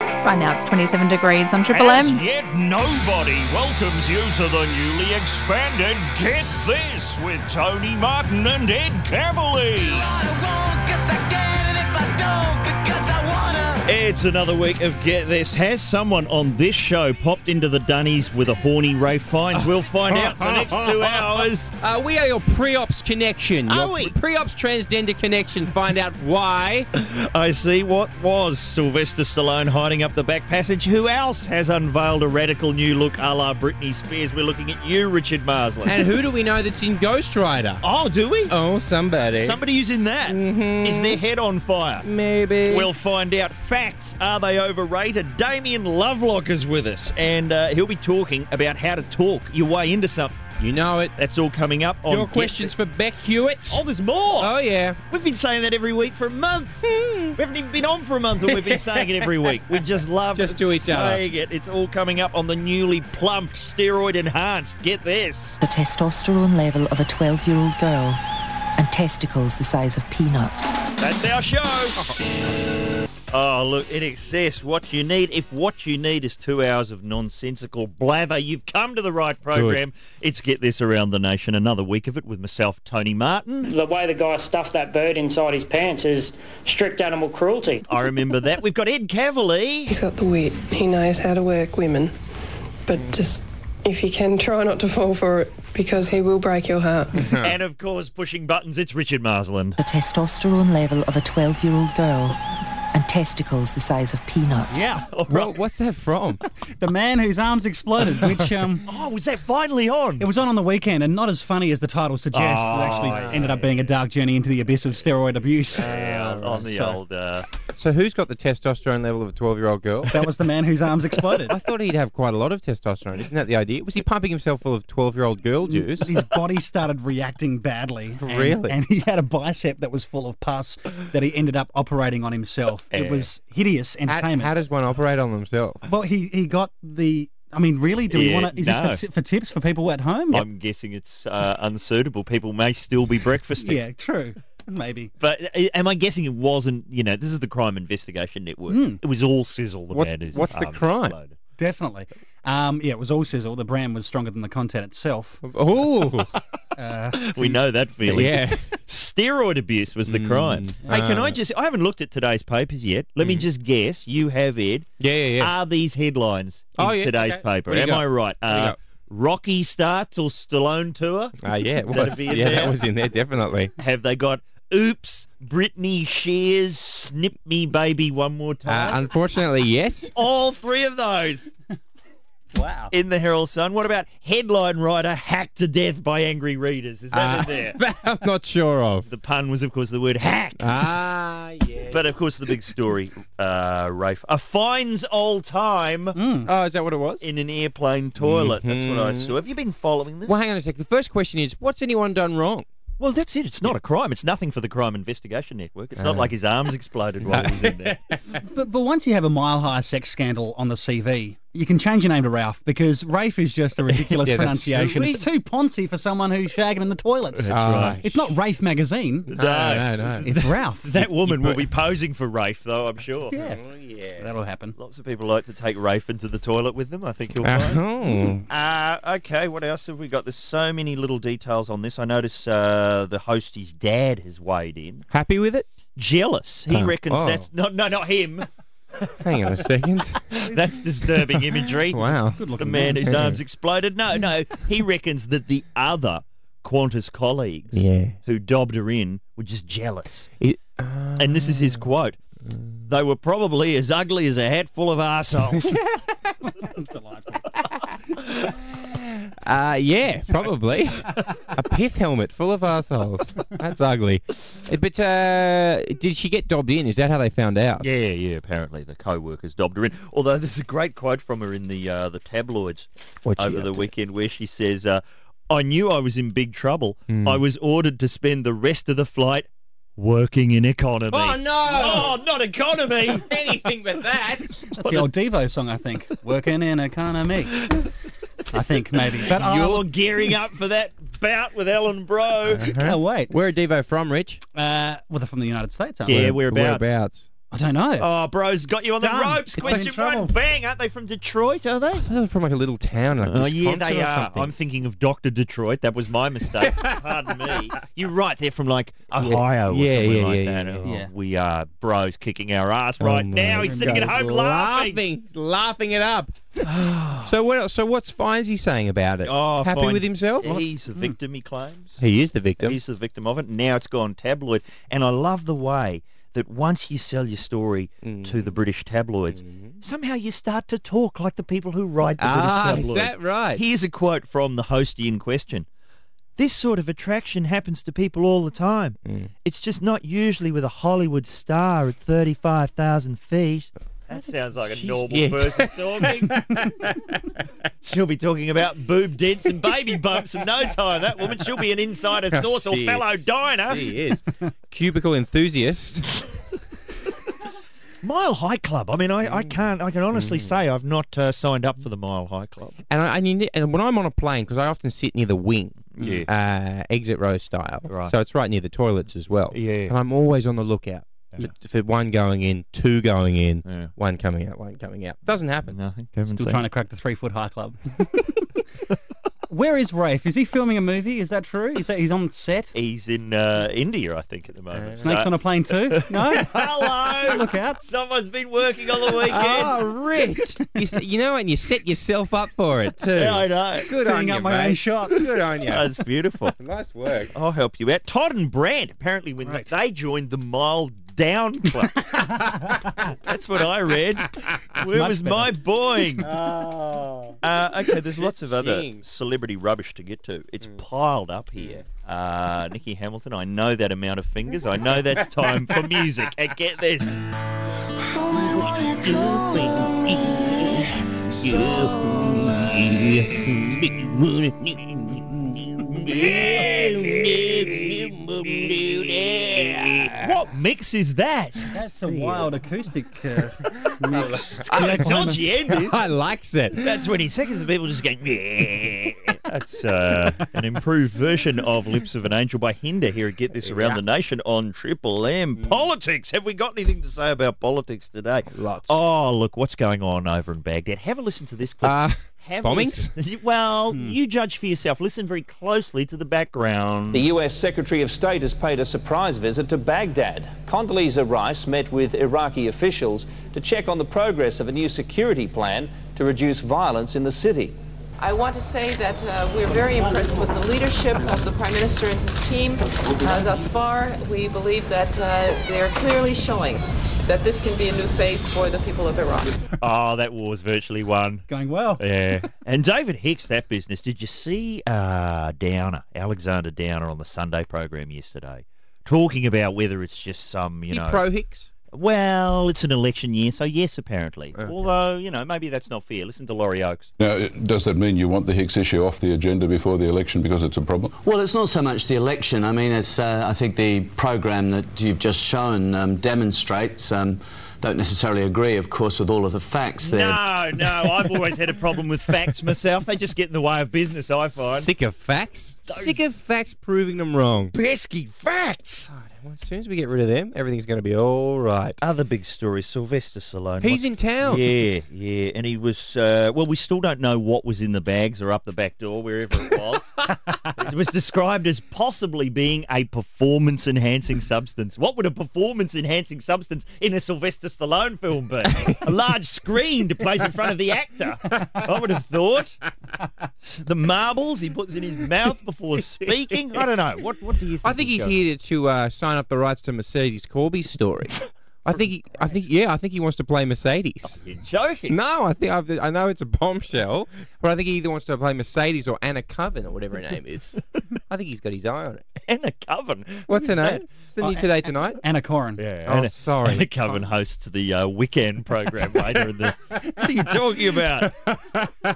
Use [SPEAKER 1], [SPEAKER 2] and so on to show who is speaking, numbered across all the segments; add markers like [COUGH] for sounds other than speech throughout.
[SPEAKER 1] Right now it's 27 degrees on Triple
[SPEAKER 2] As
[SPEAKER 1] M.
[SPEAKER 2] yet nobody welcomes you to the newly expanded Get This with Tony Martin and Ed Cavalier. It's another week of Get This. Has someone on this show popped into the dunnies with a horny Ray Fiennes?
[SPEAKER 3] Oh,
[SPEAKER 2] We'll find out [LAUGHS] in [LAUGHS] the next two hours.
[SPEAKER 3] Uh, we are your pre-ops connection.
[SPEAKER 2] Are
[SPEAKER 3] your
[SPEAKER 2] we?
[SPEAKER 3] Pre-ops transgender connection. Find out why.
[SPEAKER 2] I see what was Sylvester Stallone hiding up the back passage. Who else has unveiled a radical new look a la Britney Spears? We're looking at you, Richard Marsley.
[SPEAKER 3] and who do we know that's in Ghost Rider?
[SPEAKER 2] oh, do we?
[SPEAKER 3] Oh, somebody.
[SPEAKER 2] Somebody who's in that. Is their head on fire?
[SPEAKER 3] Maybe.
[SPEAKER 2] We'll find out facts. Are they overrated? Damien Lovelock is with us, and uh, he'll be talking about how to talk your way into something.
[SPEAKER 3] you know it.
[SPEAKER 2] That's all coming up on
[SPEAKER 3] Your
[SPEAKER 2] Get
[SPEAKER 3] questions for Beck Hewitt.
[SPEAKER 2] Thi- Oh, there's more.
[SPEAKER 3] Oh, yeah.
[SPEAKER 2] We've been saying that every week for a month. we haven't even been on for a month, and we've been saying it every week. We just love
[SPEAKER 3] Just to each
[SPEAKER 2] saying it. It's all coming up on the newly plumped, steroid enhanced. Get this.
[SPEAKER 4] the testosterone level of a 12 year old girl and testicles the size of peanuts.
[SPEAKER 2] That's our show. [LAUGHS] Oh, look, in excess, what you need. If what you need is two hours of nonsensical blather, you've come to the right program. It's Get This Around the Nation, another week of it with myself, Tony Martin.
[SPEAKER 5] The way the guy stuffed that bird inside his pants is strict animal cruelty.
[SPEAKER 2] I remember that. We've got Ed
[SPEAKER 3] [LAUGHS]
[SPEAKER 2] Cavalier.
[SPEAKER 6] He's got the wit. He knows how to work women. But just, if you can, try not to fall for it because he will break your heart.
[SPEAKER 2] And, of course, pushing buttons, it's Richard Marsland.
[SPEAKER 4] The testosterone level of a 12 year old girl and testicles the size of peanuts.
[SPEAKER 7] [LAUGHS]
[SPEAKER 2] Yeah. all right.
[SPEAKER 3] Bro, what's that from?
[SPEAKER 7] The man whose arms exploded,
[SPEAKER 3] [LAUGHS]
[SPEAKER 7] which um,
[SPEAKER 2] Oh, was that finally on?
[SPEAKER 7] it was on on the weekend, and not as funny as the title suggests. it actually
[SPEAKER 3] Oh,
[SPEAKER 7] ended up being a dark journey into the abyss of steroid abuse.
[SPEAKER 3] Uh,
[SPEAKER 2] Yeah, on the old. Uh,
[SPEAKER 3] so who's got the testosterone level of a 12-year-old girl?
[SPEAKER 7] That was the man whose arms exploded.
[SPEAKER 3] [LAUGHS] I thought he'd have quite a lot of testosterone. Isn't that the idea? Was he pumping himself full of 12-year-old girl
[SPEAKER 7] Mm,
[SPEAKER 3] juice?
[SPEAKER 7] His body started reacting badly. and-
[SPEAKER 3] Really?
[SPEAKER 7] And he had a bicep that was full of pus that he ended up operating on himself. It was hideous
[SPEAKER 3] How,
[SPEAKER 7] entertainment.
[SPEAKER 3] how does one operate on themselves?
[SPEAKER 7] well, he, he got the. I mean, really? Do we
[SPEAKER 2] Yeah,
[SPEAKER 7] want to. Is
[SPEAKER 2] no.
[SPEAKER 7] this for, for tips for people at home?
[SPEAKER 2] I'm guessing it's uh, unsuitable. People may still be breakfasting.
[SPEAKER 7] Yeah, true. Maybe.
[SPEAKER 2] But uh, am I guessing it wasn't? You know, this is the Crime Investigation Network. It was all sizzle. The
[SPEAKER 3] Hmm. What-
[SPEAKER 2] man is. um,
[SPEAKER 3] what's the crime?
[SPEAKER 7] Definitely. Um, yeah, it was all sizzle. The brand was stronger than the content
[SPEAKER 3] [LAUGHS]
[SPEAKER 7] itself.
[SPEAKER 2] [LAUGHS]
[SPEAKER 3] Oh,
[SPEAKER 2] We know that feeling.
[SPEAKER 3] [LAUGHS] yeah. Mm. Ah.
[SPEAKER 2] Steroid abuse was the crime. Hey, can I just? I haven't looked at today's papers yet. Let me just guess. You have Ed.
[SPEAKER 3] Mm. Yeah, yeah, yeah.
[SPEAKER 2] Are these headlines in
[SPEAKER 3] Oh, yeah,
[SPEAKER 2] today's
[SPEAKER 3] okay.
[SPEAKER 2] paper?
[SPEAKER 3] What do you
[SPEAKER 2] Am
[SPEAKER 3] got?
[SPEAKER 2] I right?
[SPEAKER 3] do you
[SPEAKER 2] Uh,
[SPEAKER 3] got?
[SPEAKER 2] Rocky starts or Stallone tour?
[SPEAKER 3] Ah, yeah, it
[SPEAKER 2] That'd
[SPEAKER 3] was.
[SPEAKER 2] be in
[SPEAKER 3] Yeah,
[SPEAKER 2] there.
[SPEAKER 3] that was in there, definitely.
[SPEAKER 2] Have they got? Oops, Britney Shears, snip me, baby, one more
[SPEAKER 3] Uh,
[SPEAKER 2] time.
[SPEAKER 3] unfortunately, yes.
[SPEAKER 2] All three of
[SPEAKER 3] [LAUGHS]
[SPEAKER 2] those. Wow. In the Herald Sun. What about headline writer hacked to death by angry readers? Is
[SPEAKER 3] Ah.
[SPEAKER 2] that in
[SPEAKER 3] [LAUGHS]
[SPEAKER 2] there?
[SPEAKER 3] Uh, I'm not sure of.
[SPEAKER 2] The pun was, of course, the word hack.
[SPEAKER 3] Ah, yes.
[SPEAKER 2] But of course, the big story, uh, Rafe, a finds old time
[SPEAKER 3] oh, is that what it was?
[SPEAKER 2] in an airplane toilet. That's what I saw. Have you been following this?
[SPEAKER 3] Mm-hmm. well, hang on a sec. The first question is, what's anyone done wrong?
[SPEAKER 2] Well, that's it. It's not a crime. It's nothing for the Crime Investigation Network. It's not
[SPEAKER 3] Uh.
[SPEAKER 2] like his arms exploded while he was
[SPEAKER 3] [LAUGHS]
[SPEAKER 2] in there.
[SPEAKER 7] But, but once you have a mile high sex scandal on the CV, you can change your name to Ralph because Rafe is just a
[SPEAKER 2] [LAUGHS]
[SPEAKER 7] ridiculous
[SPEAKER 3] Yeah, that's
[SPEAKER 7] pronunciation.
[SPEAKER 3] true.
[SPEAKER 7] It's too poncy for someone who's shagging in the toilets.
[SPEAKER 3] right.
[SPEAKER 7] It's not Rafe magazine.
[SPEAKER 2] No.
[SPEAKER 3] No, no, no.
[SPEAKER 7] It's
[SPEAKER 3] [LAUGHS]
[SPEAKER 7] Ralph.
[SPEAKER 2] That woman will be posing for Rafe, though, I'm sure.
[SPEAKER 7] That'll happen.
[SPEAKER 2] Oh, Lots of people like to take Rafe into the toilet with them. I think you'll find.
[SPEAKER 3] Oh.
[SPEAKER 2] Uh, okay, what else have we got? There's so many little details on this. I notice uh, the host, his dad, has weighed in.
[SPEAKER 3] Happy with it?
[SPEAKER 2] Jealous. He
[SPEAKER 3] Oh.
[SPEAKER 2] reckons
[SPEAKER 3] Oh.
[SPEAKER 2] that's not no, not him.
[SPEAKER 3] [LAUGHS] Hang on a second.
[SPEAKER 2] [LAUGHS] that's disturbing imagery.
[SPEAKER 3] [LAUGHS] Wow.
[SPEAKER 2] It's the man whose arms exploded. No, no. He reckons that the other Qantas colleagues
[SPEAKER 3] Yeah.
[SPEAKER 2] who dobbed her in were just jealous.
[SPEAKER 3] It-
[SPEAKER 2] and this is his
[SPEAKER 7] uh,
[SPEAKER 2] quote. They were probably as ugly as a hat full of
[SPEAKER 7] [LAUGHS]
[SPEAKER 2] arseholes.
[SPEAKER 3] Uh, yeah, probably. [LAUGHS] a pith helmet full of assholes. That's ugly. But uh, did she get dobbed in? Is that how they found out?
[SPEAKER 2] Yeah, yeah. Apparently, the co-workers dobbed her in. Although there's a great quote from her in the uh, the tabloids
[SPEAKER 3] What'd she
[SPEAKER 2] over
[SPEAKER 3] up
[SPEAKER 2] the
[SPEAKER 3] to?
[SPEAKER 2] weekend, where she says, uh, "I knew I was in big trouble.
[SPEAKER 7] Hmm.
[SPEAKER 2] I was ordered to spend the rest of the flight working in economy."
[SPEAKER 3] no!
[SPEAKER 2] Oh, not economy!
[SPEAKER 3] [LAUGHS] Anything but that.
[SPEAKER 7] That's the old Devo song, I
[SPEAKER 3] [LAUGHS]
[SPEAKER 7] think. Working in economy. I think
[SPEAKER 3] [LAUGHS]
[SPEAKER 7] maybe. But um,
[SPEAKER 2] You're gearing up for that bout with Ellen Bro.
[SPEAKER 7] oh, wait.
[SPEAKER 3] Where are Devo from, Rich?
[SPEAKER 7] Uh, well, they're from the United States, aren't
[SPEAKER 2] yeah,
[SPEAKER 7] they?
[SPEAKER 2] whereabouts?
[SPEAKER 3] Whereabouts?
[SPEAKER 7] I don't know.
[SPEAKER 2] Oh, bro's got you on
[SPEAKER 7] Done.
[SPEAKER 2] the ropes.
[SPEAKER 7] It's in
[SPEAKER 2] Question
[SPEAKER 7] trouble.
[SPEAKER 2] one. Bang. Aren't they from Detroit, are they?
[SPEAKER 3] They're from like a little town, like
[SPEAKER 2] Oh, yeah,
[SPEAKER 3] Wisconsin
[SPEAKER 2] they
[SPEAKER 3] or
[SPEAKER 2] are.
[SPEAKER 3] something.
[SPEAKER 2] I'm thinking of Dr. Detroit. That was my
[SPEAKER 3] [LAUGHS]
[SPEAKER 2] mistake. Pardon me. You're right. They're from like Ohio
[SPEAKER 3] Yeah,
[SPEAKER 2] or somewhere
[SPEAKER 3] yeah,
[SPEAKER 2] like
[SPEAKER 3] yeah,
[SPEAKER 2] that.
[SPEAKER 3] yeah, Oh,
[SPEAKER 2] Oh,
[SPEAKER 7] yeah.
[SPEAKER 2] We are bros kicking our ass right
[SPEAKER 3] my
[SPEAKER 2] now. He's sitting at
[SPEAKER 7] goodness.
[SPEAKER 2] home Mm. laughing.
[SPEAKER 3] He's laughing
[SPEAKER 2] [SIGHS]
[SPEAKER 3] it up. so what? else- So what's Finzi saying about it?
[SPEAKER 2] Oh,
[SPEAKER 3] Happy
[SPEAKER 2] fine.
[SPEAKER 3] with himself? Mm.
[SPEAKER 2] He's the victim, he claims.
[SPEAKER 3] He is the victim.
[SPEAKER 2] He's the victim of it. Now it's gone tabloid. And I love the way that once you sell your story
[SPEAKER 3] Mm.
[SPEAKER 2] to the British tabloids,
[SPEAKER 3] Mm-hmm.
[SPEAKER 2] somehow you start to talk like the people who write the
[SPEAKER 3] Ah,
[SPEAKER 2] British
[SPEAKER 3] is
[SPEAKER 2] tabloids.
[SPEAKER 3] that right?
[SPEAKER 2] Here's a quote from the hostie in question. This sort of attraction happens to people all the time.
[SPEAKER 7] Mm.
[SPEAKER 2] It's just not usually with a Hollywood star at 35,000 feet. That sounds like a normal
[SPEAKER 3] yeah.
[SPEAKER 2] person
[SPEAKER 7] [LAUGHS]
[SPEAKER 2] talking. [LAUGHS] She'll be talking about boob dents and
[SPEAKER 7] [LAUGHS]
[SPEAKER 2] baby bumps in no time. That woman, she'll be an insider
[SPEAKER 7] Oh,
[SPEAKER 2] source or
[SPEAKER 3] She
[SPEAKER 2] fellow
[SPEAKER 3] is.
[SPEAKER 2] diner.
[SPEAKER 3] He is cubicle enthusiast.
[SPEAKER 2] [LAUGHS] Mile High Club. I mean, I,
[SPEAKER 7] Mm.
[SPEAKER 2] I can't. I can honestly say I've not uh, signed up for the Mile High Club.
[SPEAKER 3] And I, and, you, ne- and when I'm on a plane, because I often sit near the wing, uh, exit row style,
[SPEAKER 2] Right.
[SPEAKER 3] so it's right near the toilets as well.
[SPEAKER 2] Yeah.
[SPEAKER 3] and I'm always on the lookout for, for one going in, two going in,
[SPEAKER 2] Yeah.
[SPEAKER 3] one coming out, one coming out. Doesn't happen.
[SPEAKER 2] Nothing. Kevin
[SPEAKER 7] Still
[SPEAKER 2] said.
[SPEAKER 7] trying to crack the three foot
[SPEAKER 2] [LAUGHS]
[SPEAKER 7] high club. Where is Rafe? Is he filming a movie? Is that true? Is that he's on set?
[SPEAKER 2] He's in uh, India, I think, at the moment. Uh,
[SPEAKER 7] Snakes on a plane too? No.
[SPEAKER 2] [LAUGHS] Hello!
[SPEAKER 7] Look out.
[SPEAKER 2] Someone's been working
[SPEAKER 7] [LAUGHS]
[SPEAKER 2] all [LAUGHS] the
[SPEAKER 7] Ah,
[SPEAKER 2] weekend.
[SPEAKER 3] Oh, Rich! you, s- you know, and you set yourself up for it too.
[SPEAKER 2] Yeah, I know.
[SPEAKER 3] Good
[SPEAKER 7] Setting
[SPEAKER 3] on
[SPEAKER 7] up
[SPEAKER 3] you,
[SPEAKER 7] my own
[SPEAKER 3] mate.
[SPEAKER 7] shot.
[SPEAKER 3] Good on you.
[SPEAKER 2] That's beautiful.
[SPEAKER 3] nice work.
[SPEAKER 2] I'll help you out. Todd and Brand, apparently, when
[SPEAKER 7] Right.
[SPEAKER 2] they joined the Mile Down
[SPEAKER 7] [LAUGHS]
[SPEAKER 2] Club. That's what I read. Where
[SPEAKER 7] much
[SPEAKER 2] was
[SPEAKER 7] better.
[SPEAKER 2] my boing?
[SPEAKER 7] [LAUGHS]
[SPEAKER 2] Uh, okay, there's lots of other
[SPEAKER 3] Ka-ching.
[SPEAKER 2] celebrity rubbish to get to.
[SPEAKER 7] Mm.
[SPEAKER 2] It's piled up here. Uh, Nikki Hamilton, I know that amount of fingers. I know
[SPEAKER 7] [LAUGHS]
[SPEAKER 2] that's time for music. And get this. [LAUGHS] What mix is that?
[SPEAKER 7] That's a wild acoustic
[SPEAKER 2] [LAUGHS]
[SPEAKER 7] uh, mix.
[SPEAKER 2] It's got a dodgy
[SPEAKER 7] [LAUGHS]
[SPEAKER 2] ending.
[SPEAKER 3] I likes it.
[SPEAKER 2] About 20 seconds of people just going, [LAUGHS] "Meh." That's uh, an improved version of Lips of an Angel by Hinder here at Get This Around the Nation on Triple M. Politics. Have we got anything to say about politics today?
[SPEAKER 3] Lots.
[SPEAKER 2] Oh, look, what's going on over in Baghdad? Have a listen to this clip.
[SPEAKER 3] Uh,
[SPEAKER 2] Have a
[SPEAKER 3] bombings?
[SPEAKER 2] listen. Well, you judge for yourself. Listen very closely to the background.
[SPEAKER 8] Mm. The US Secretary of State has paid a surprise visit to Baghdad. Condoleezza Rice met with Iraqi officials to check on the progress of a new security plan to reduce violence in the city.
[SPEAKER 9] I want to say that uh, we're very impressed with the leadership of the Prime Minister and his team uh, thus far. We believe that uh, they are clearly showing that this can be a new phase for the people of Iraq.
[SPEAKER 2] Oh, that war's virtually won.
[SPEAKER 7] Going well.
[SPEAKER 2] Yeah. and David Hicks, that business. Did you see uh, Downer, Alexander Downer, on the Sunday program yesterday, talking about whether it's just some, you
[SPEAKER 3] you
[SPEAKER 2] know,
[SPEAKER 3] pro Hicks?
[SPEAKER 2] well, it's an election year, so yes, apparently. Although, you know, maybe that's not fair. Listen to Laurie Oakes.
[SPEAKER 10] Now, it- does that mean you want the Hicks issue off the agenda before the election because it's a problem?
[SPEAKER 11] Well, it's not so much the election. I mean, it's uh, I think the program that you've just shown um, demonstrates. Um, don't necessarily agree, of course, with all of the facts there.
[SPEAKER 2] No, no, I've always had a problem with facts myself. They just get in the way of business, I find.
[SPEAKER 3] Sick of facts. Sick of facts proving them wrong. Oh,
[SPEAKER 2] pesky facts.
[SPEAKER 3] Well, as soon as we get rid of them, everything's going to be all right.
[SPEAKER 2] Other big story, Sylvester Stallone.
[SPEAKER 3] He's in town.
[SPEAKER 2] Yeah, yeah. And he was, uh, well, we still don't know what was in the bags or up the back door, wherever it was. [LAUGHS] it was described as possibly being a performance enhancing substance. What would a performance enhancing substance in a Sylvester Stallone film be? a large screen to place in front of the actor, I would have thought. The marbles he puts in his mouth before speaking. I don't know. What, what do you think?
[SPEAKER 3] I think he's
[SPEAKER 2] going-
[SPEAKER 3] here to uh, sign up the rights to Mercedes Corby's story. I think, he, I think, yeah, I think he wants to play Mercedes.
[SPEAKER 2] You're joking.
[SPEAKER 3] No, I think I've, I know it's a bombshell, but I think he either wants to play Mercedes or Anna Coven or whatever her name is. I think he's got his eye on it.
[SPEAKER 2] [LAUGHS] Anna Coven.
[SPEAKER 3] What's her
[SPEAKER 2] Who's that? Oh,
[SPEAKER 3] name? It's the new Today Tonight.
[SPEAKER 7] Anna Corrin.
[SPEAKER 3] Oh,
[SPEAKER 2] Anna-
[SPEAKER 3] sorry. Oh.
[SPEAKER 2] Anna Coven hosts the uh, weekend
[SPEAKER 3] [LAUGHS]
[SPEAKER 2] program later in the. What are you talking about? uh,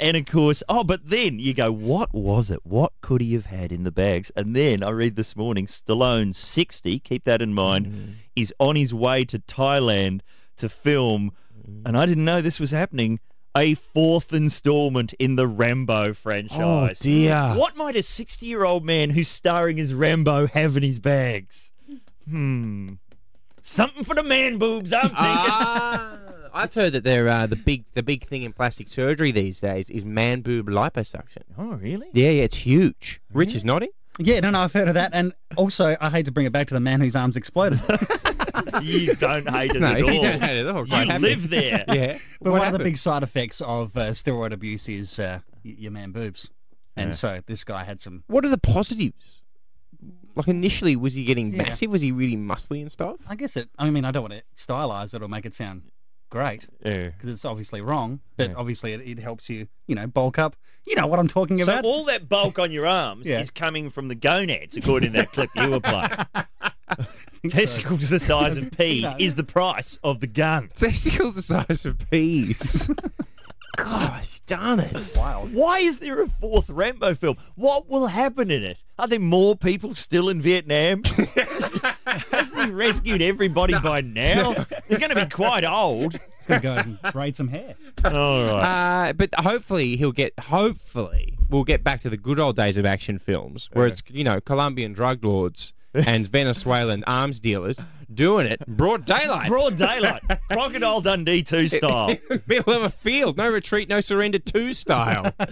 [SPEAKER 2] and of course, oh, but then you go, what was it? What could he have had in the bags? And then I read this morning, Stallone sixty. Keep that in mind.
[SPEAKER 3] Mm.
[SPEAKER 2] Is on his way to Thailand to film,
[SPEAKER 3] Mm.
[SPEAKER 2] and I didn't know this was happening. A fourth installment in the Rambo franchise.
[SPEAKER 3] Oh, dear.
[SPEAKER 2] What might a sixty-year-old man who's starring as Rambo have in his bags? Hmm. Something for the man boobs, I'm thinking.
[SPEAKER 3] I've heard that they're uh, the big the big thing in plastic surgery these days is man boob liposuction.
[SPEAKER 2] [LAUGHS] Oh, really?
[SPEAKER 3] Yeah, yeah, it's huge. Rich is nodding.
[SPEAKER 7] Yeah, no, no, I've heard of that. And also, I hate to bring it back to the man whose arms
[SPEAKER 2] [LAUGHS]
[SPEAKER 7] exploded.
[SPEAKER 2] you don't hate it
[SPEAKER 3] [LAUGHS] No,
[SPEAKER 2] at
[SPEAKER 3] you
[SPEAKER 2] all.
[SPEAKER 3] don't hate it at all, quite
[SPEAKER 2] You
[SPEAKER 3] happy.
[SPEAKER 2] live there.
[SPEAKER 3] Yeah.
[SPEAKER 7] But one of
[SPEAKER 3] What
[SPEAKER 7] the
[SPEAKER 3] happened?
[SPEAKER 7] big side effects of uh, steroid abuse is uh, y- your man boobs. And
[SPEAKER 3] Yeah.
[SPEAKER 7] so this guy had some.
[SPEAKER 3] What are the positives? Like initially, was he getting
[SPEAKER 7] Yeah.
[SPEAKER 3] massive? Was he really muscly and stuff?
[SPEAKER 7] I guess it. I mean, I don't want to stylize it or make it sound great
[SPEAKER 3] Yeah.
[SPEAKER 7] because it's obviously wrong. But obviously, it, it helps you, you know, bulk up. You know what I'm talking
[SPEAKER 2] So
[SPEAKER 7] about?
[SPEAKER 2] all that bulk on your arms
[SPEAKER 7] Yeah.
[SPEAKER 2] is coming from the gonads, according to that clip you were
[SPEAKER 7] [LAUGHS]
[SPEAKER 2] playing. Testicles the size of peas
[SPEAKER 7] No.
[SPEAKER 2] is the price of
[SPEAKER 7] [LAUGHS]
[SPEAKER 2] the
[SPEAKER 3] [LAUGHS]
[SPEAKER 2] gun.
[SPEAKER 3] Testicles the size of peas. Gosh, darn it!
[SPEAKER 7] Wild.
[SPEAKER 2] Why is there a fourth Rambo film? What will happen in it? Are there more people still in
[SPEAKER 7] [LAUGHS]
[SPEAKER 2] Vietnam? Hasn't he rescued everybody by now? He's going to be quite old.
[SPEAKER 7] It's going to go and braid some hair.
[SPEAKER 2] [LAUGHS] All right.
[SPEAKER 3] Uh, but hopefully he'll get. Hopefully we'll get back to the good old days of action films, where it's you know Colombian
[SPEAKER 2] [LAUGHS]
[SPEAKER 3] drug lords and Venezuelan arms dealers doing it broad daylight,
[SPEAKER 2] Broad
[SPEAKER 3] [LAUGHS]
[SPEAKER 2] daylight. Crocodile Dundee 2 style.
[SPEAKER 3] middle of a field, no retreat, no surrender, two style.
[SPEAKER 2] [LAUGHS]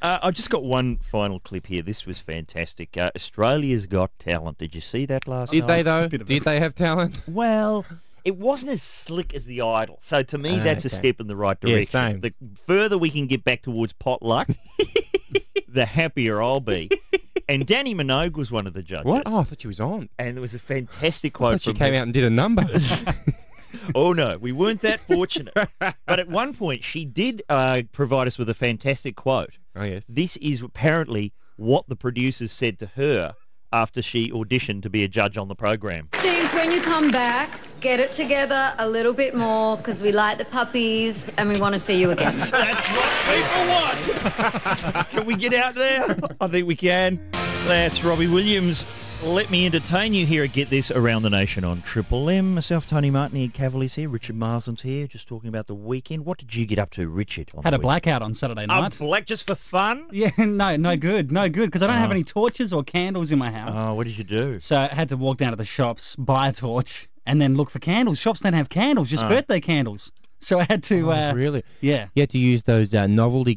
[SPEAKER 2] Uh, I've just got one final clip here. This was fantastic. Uh, Australia's Got Talent. Did you see that last
[SPEAKER 3] [LAUGHS]
[SPEAKER 2] night?
[SPEAKER 3] Did they though?
[SPEAKER 7] Bit of a-
[SPEAKER 3] Did they have talent?
[SPEAKER 2] Well, it wasn't as slick as the idol. So to me,
[SPEAKER 3] Ah,
[SPEAKER 2] that's a
[SPEAKER 3] okay.
[SPEAKER 2] step in the right
[SPEAKER 3] Yeah,
[SPEAKER 2] direction.
[SPEAKER 3] same.
[SPEAKER 2] The further we can get back towards
[SPEAKER 3] [LAUGHS]
[SPEAKER 2] potluck, the happier I'll be. And Danny Minogue was one of the judges.
[SPEAKER 3] What? Oh, I thought she was on.
[SPEAKER 2] And there was a fantastic
[SPEAKER 3] I
[SPEAKER 2] quote
[SPEAKER 3] thought she
[SPEAKER 2] from
[SPEAKER 3] came
[SPEAKER 2] her-
[SPEAKER 3] out and did a number.
[SPEAKER 2] Oh no, we weren't that fortunate. but at one point, she did uh, provide us with a fantastic quote.
[SPEAKER 3] oh yes.
[SPEAKER 2] This is apparently what the producers said to her after she auditioned to be a judge on the program.
[SPEAKER 12] think when you come back, get it together a little bit more because we like the puppies and we want to see you again.
[SPEAKER 2] That's what people want. [LAUGHS] can we get out there? I think we can. That's Robbie Williams. Let me entertain you here at Get This Around the Nation on Triple M. Myself, Tony Martin, Ian Cavalier's here, Richard Marsden's here, just talking about the weekend. What did you get up to, Richard? on
[SPEAKER 7] Had
[SPEAKER 2] the
[SPEAKER 7] a blackout on Saturday
[SPEAKER 2] weekend?
[SPEAKER 7] night.
[SPEAKER 2] A black just for fun?
[SPEAKER 7] yeah, [LAUGHS] no, no good, no good because I don't have any torches or candles in my house.
[SPEAKER 2] Oh, what did you do?
[SPEAKER 7] So I had to walk down to the shops, buy a torch, and then look for candles. Shops don't have candles,
[SPEAKER 2] Oh.
[SPEAKER 7] just birthday candles. So I had to. uh,
[SPEAKER 3] Really?
[SPEAKER 7] Yeah.
[SPEAKER 3] You had to use those uh, novelty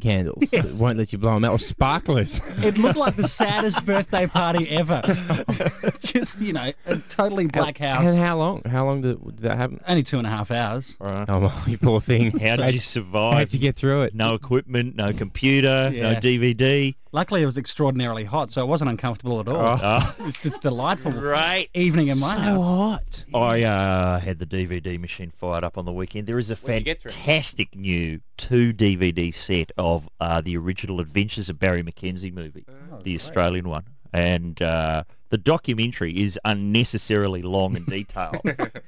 [SPEAKER 7] [LAUGHS]
[SPEAKER 3] candles that won't let you blow them out, or sparklers.
[SPEAKER 7] It looked like
[SPEAKER 2] [LAUGHS]
[SPEAKER 7] the saddest birthday party ever. [LAUGHS] just, you know, a totally black
[SPEAKER 3] And
[SPEAKER 7] [LAUGHS] house.
[SPEAKER 3] how long? How long did, did that happen?
[SPEAKER 7] Only two and a half hours.
[SPEAKER 3] Oh, my, you
[SPEAKER 2] [LAUGHS]
[SPEAKER 3] poor thing.
[SPEAKER 2] How
[SPEAKER 3] So
[SPEAKER 2] did you
[SPEAKER 3] I
[SPEAKER 2] survive?
[SPEAKER 3] had to get through it. [LAUGHS]
[SPEAKER 2] no equipment, no computer, no
[SPEAKER 7] Yeah.
[SPEAKER 2] DVD.
[SPEAKER 7] Luckily, it was extraordinarily hot, so I wasn't uncomfortable at all.
[SPEAKER 2] Oh.
[SPEAKER 7] [LAUGHS] It was just delightful
[SPEAKER 2] Right.
[SPEAKER 7] evening in my house.
[SPEAKER 3] hot.
[SPEAKER 2] I uh, had the DVD machine fired up on the weekend. There is a fantastic new two DVD set of uh, the original Adventures of Barry McKenzie movie, the Australian one, and uh, the documentary is unnecessarily long and detailed,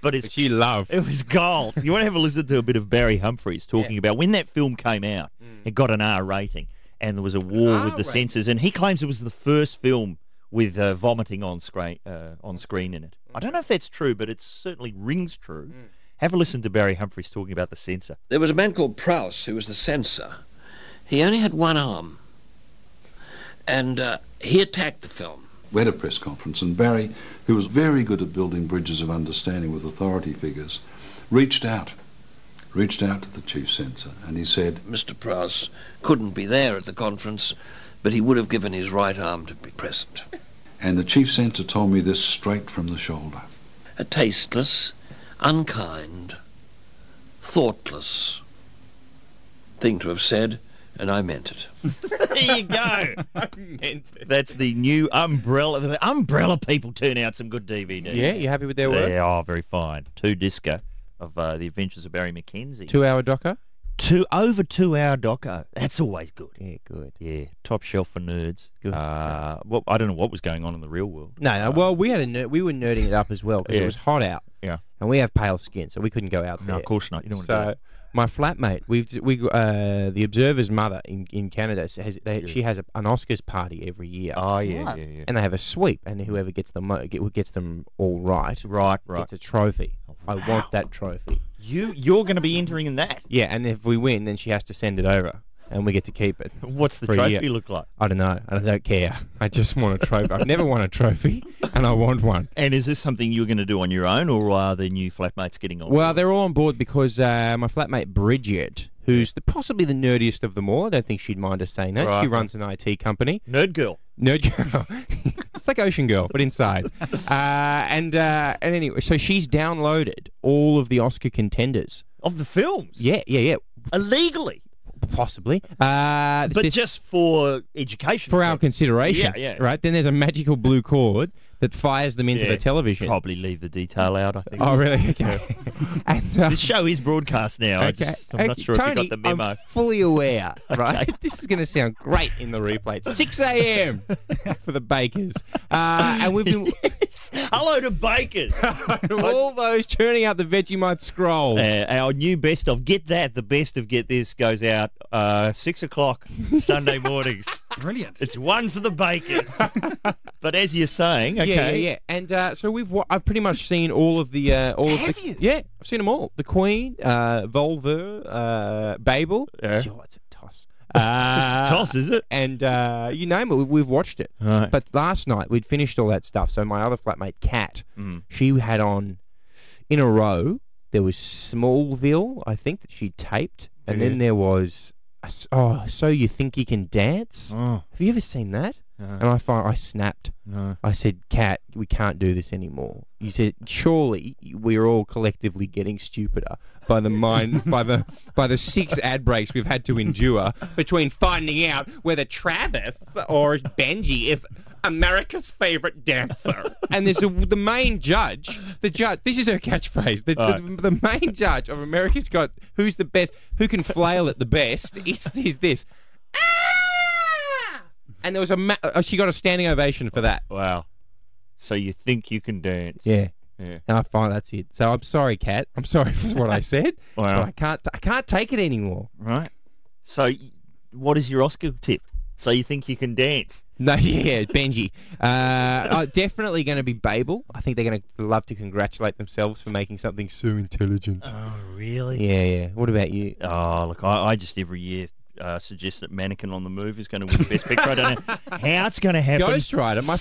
[SPEAKER 2] but it's
[SPEAKER 3] Which you love.
[SPEAKER 2] it was gold. You want to have a listen to a bit of Barry Humphries talking about when that film came out, it got an R rating, and there was a war with the censors, and he claims it was the first film with uh, vomiting on screen uh, on screen in it. I don't know if that's true, but it certainly rings true.
[SPEAKER 3] Mm.
[SPEAKER 2] Have a listen to Barry Humphries talking about the censor.
[SPEAKER 13] There was a man called Prouse who was the censor. He only had one arm, and uh, he attacked the film.
[SPEAKER 10] We had a press conference, and Barry, who was very good at building bridges of understanding with authority figures, reached out, reached out to the chief censor, and he said,
[SPEAKER 13] Mr. Prouse couldn't be there at the conference, but he would have given his right arm to be present.
[SPEAKER 10] and the chief censor told me this straight from the shoulder.
[SPEAKER 13] A tasteless, unkind, thoughtless thing to have said, and I meant it.
[SPEAKER 2] There you go. That's the new umbrella. The umbrella people turn out some good DVDs.
[SPEAKER 3] Yeah, you happy with their work?
[SPEAKER 2] They are very fine. Two disco of uh, the Adventures of Barry McKenzie.
[SPEAKER 3] Two hour docker?
[SPEAKER 2] two over two hour doco. That's always good.
[SPEAKER 3] Yeah, good.
[SPEAKER 2] Yeah, top shelf for nerds.
[SPEAKER 3] Good
[SPEAKER 2] Uh, well, I don't know what was going on in the real world.
[SPEAKER 3] No, no. Well, we had a ner- we were nerding it up as well because
[SPEAKER 2] Uh, Yeah.
[SPEAKER 3] it was hot out.
[SPEAKER 2] Yeah.
[SPEAKER 3] And we have pale skin, so we couldn't go out there.
[SPEAKER 2] No, of course not. You don't want to do
[SPEAKER 3] So
[SPEAKER 2] that.
[SPEAKER 3] my flatmate, we've d- we uh, the observer's mother in, in Canada s- has they, she has a, an Oscars party every year.
[SPEAKER 2] Oh yeah, yeah, yeah.
[SPEAKER 3] and they have a sweep, and whoever gets the mo- get- who gets them all right,
[SPEAKER 2] Right, right. Oh,
[SPEAKER 3] gets a trophy. I want that trophy.
[SPEAKER 2] You you're going to be entering in that.
[SPEAKER 3] Yeah, and if we win, then she has to send it over. and we get to keep it.
[SPEAKER 2] [LAUGHS] What's the
[SPEAKER 3] for a
[SPEAKER 2] trophy
[SPEAKER 3] year.
[SPEAKER 2] look like?
[SPEAKER 3] I don't know. I don't care. I just want a trophy. I've never won a trophy, [LAUGHS] and I want one.
[SPEAKER 2] And is this something you're going to do on your own, or are the new flatmates getting on?
[SPEAKER 3] Well, they're all on board because uh, my flatmate Bridget, who's the, possibly the nerdiest of them all, I don't think she'd mind us saying that. She
[SPEAKER 2] Right.
[SPEAKER 3] runs an IT company.
[SPEAKER 2] Nerd girl.
[SPEAKER 3] Nerd girl. [LAUGHS] it's like Ocean Girl,
[SPEAKER 2] [LAUGHS]
[SPEAKER 3] but inside. Uh, and uh, and anyway, so she's downloaded all of the Oscar contenders
[SPEAKER 2] of the films.
[SPEAKER 3] Yeah, yeah, yeah.
[SPEAKER 2] Illegally.
[SPEAKER 3] Possibly. Uh,
[SPEAKER 2] but
[SPEAKER 3] this-
[SPEAKER 2] just for education.
[SPEAKER 3] for our consideration.
[SPEAKER 2] Yeah, yeah.
[SPEAKER 3] Right? Then there's a magical blue cord that fires them into
[SPEAKER 2] Yeah.
[SPEAKER 3] the television.
[SPEAKER 2] Probably leave the detail out, I think.
[SPEAKER 3] Oh, really? [LAUGHS] Okay.
[SPEAKER 2] this show is broadcast now. I
[SPEAKER 3] Okay.
[SPEAKER 2] just, I'm not
[SPEAKER 3] Okay,
[SPEAKER 2] sure if you
[SPEAKER 3] Tony,
[SPEAKER 2] got the memo.
[SPEAKER 3] I'm
[SPEAKER 2] [LAUGHS]
[SPEAKER 3] fully aware, right? This is going to sound great in the replay. It's 6 a.m. [LAUGHS] for the bakers. Uh, and
[SPEAKER 2] [LAUGHS]
[SPEAKER 3] we've been.
[SPEAKER 2] Hello to Bakers.
[SPEAKER 3] [LAUGHS] all those turning out the Vegemite scrolls.
[SPEAKER 2] Uh, our new best of Get That, the best of Get This goes out uh, 6 o'clock
[SPEAKER 3] [LAUGHS]
[SPEAKER 2] Sunday mornings.
[SPEAKER 7] Brilliant.
[SPEAKER 2] It's one for the Bakers. but as you're saying, okay.
[SPEAKER 3] Yeah, yeah, yeah. And uh, so we've wa- I've pretty much seen all of the uh, all of the, Yeah, I've seen them all. The Queen, uh, Volver, uh, Babel. Gee, oh, it's a toss. [LAUGHS] Uh,
[SPEAKER 2] It's a toss, is it?
[SPEAKER 3] And uh, you name it, we- we've watched it.
[SPEAKER 2] Right.
[SPEAKER 3] But last night we'd finished all that stuff. So my other flatmate, Kat,
[SPEAKER 2] Mm.
[SPEAKER 3] she had on in a row. There was Smallville, I think, that she taped, and
[SPEAKER 2] Yeah.
[SPEAKER 3] then there was a s- oh, so you think you can dance?
[SPEAKER 2] Oh.
[SPEAKER 3] Have you ever seen that?
[SPEAKER 2] No.
[SPEAKER 3] And I find I snapped.
[SPEAKER 2] No.
[SPEAKER 3] I said, "Cat, we can't do this anymore." You said, "Surely we're all collectively getting stupider by
[SPEAKER 2] [LAUGHS]
[SPEAKER 3] the mind by the by the six ad breaks we've had to endure between finding out whether Travis or Benji is America's favorite dancer." and there's a, the main judge, the judge. This is her catchphrase. The,
[SPEAKER 2] Right.
[SPEAKER 3] the, the main judge of America's Got Who's the best? Who can flail at the best? It's is this. And there was a ma- uh, she got a standing ovation for that.
[SPEAKER 2] Wow. So you think you can dance?
[SPEAKER 3] Yeah.
[SPEAKER 2] Yeah.
[SPEAKER 3] And I find that's it. So I'm sorry, Cat. I'm sorry for what I said.
[SPEAKER 2] [LAUGHS] Wow.
[SPEAKER 3] But I can't. I can't take it anymore.
[SPEAKER 2] Right. So, y- what is your Oscar tip? So you think you can dance?
[SPEAKER 3] No, [LAUGHS] yeah, Benji. Uh, oh, definitely going to be Babel. I think they're going to love to congratulate themselves for making something so intelligent.
[SPEAKER 2] Oh, really?
[SPEAKER 3] Yeah, yeah. What about you?
[SPEAKER 2] Oh, look, I, I just every year uh, suggest that Mannequin on the Move is going to win Best Picture. I don't
[SPEAKER 3] [LAUGHS]
[SPEAKER 2] know how it's going to happen.
[SPEAKER 3] Ghost Rider. My,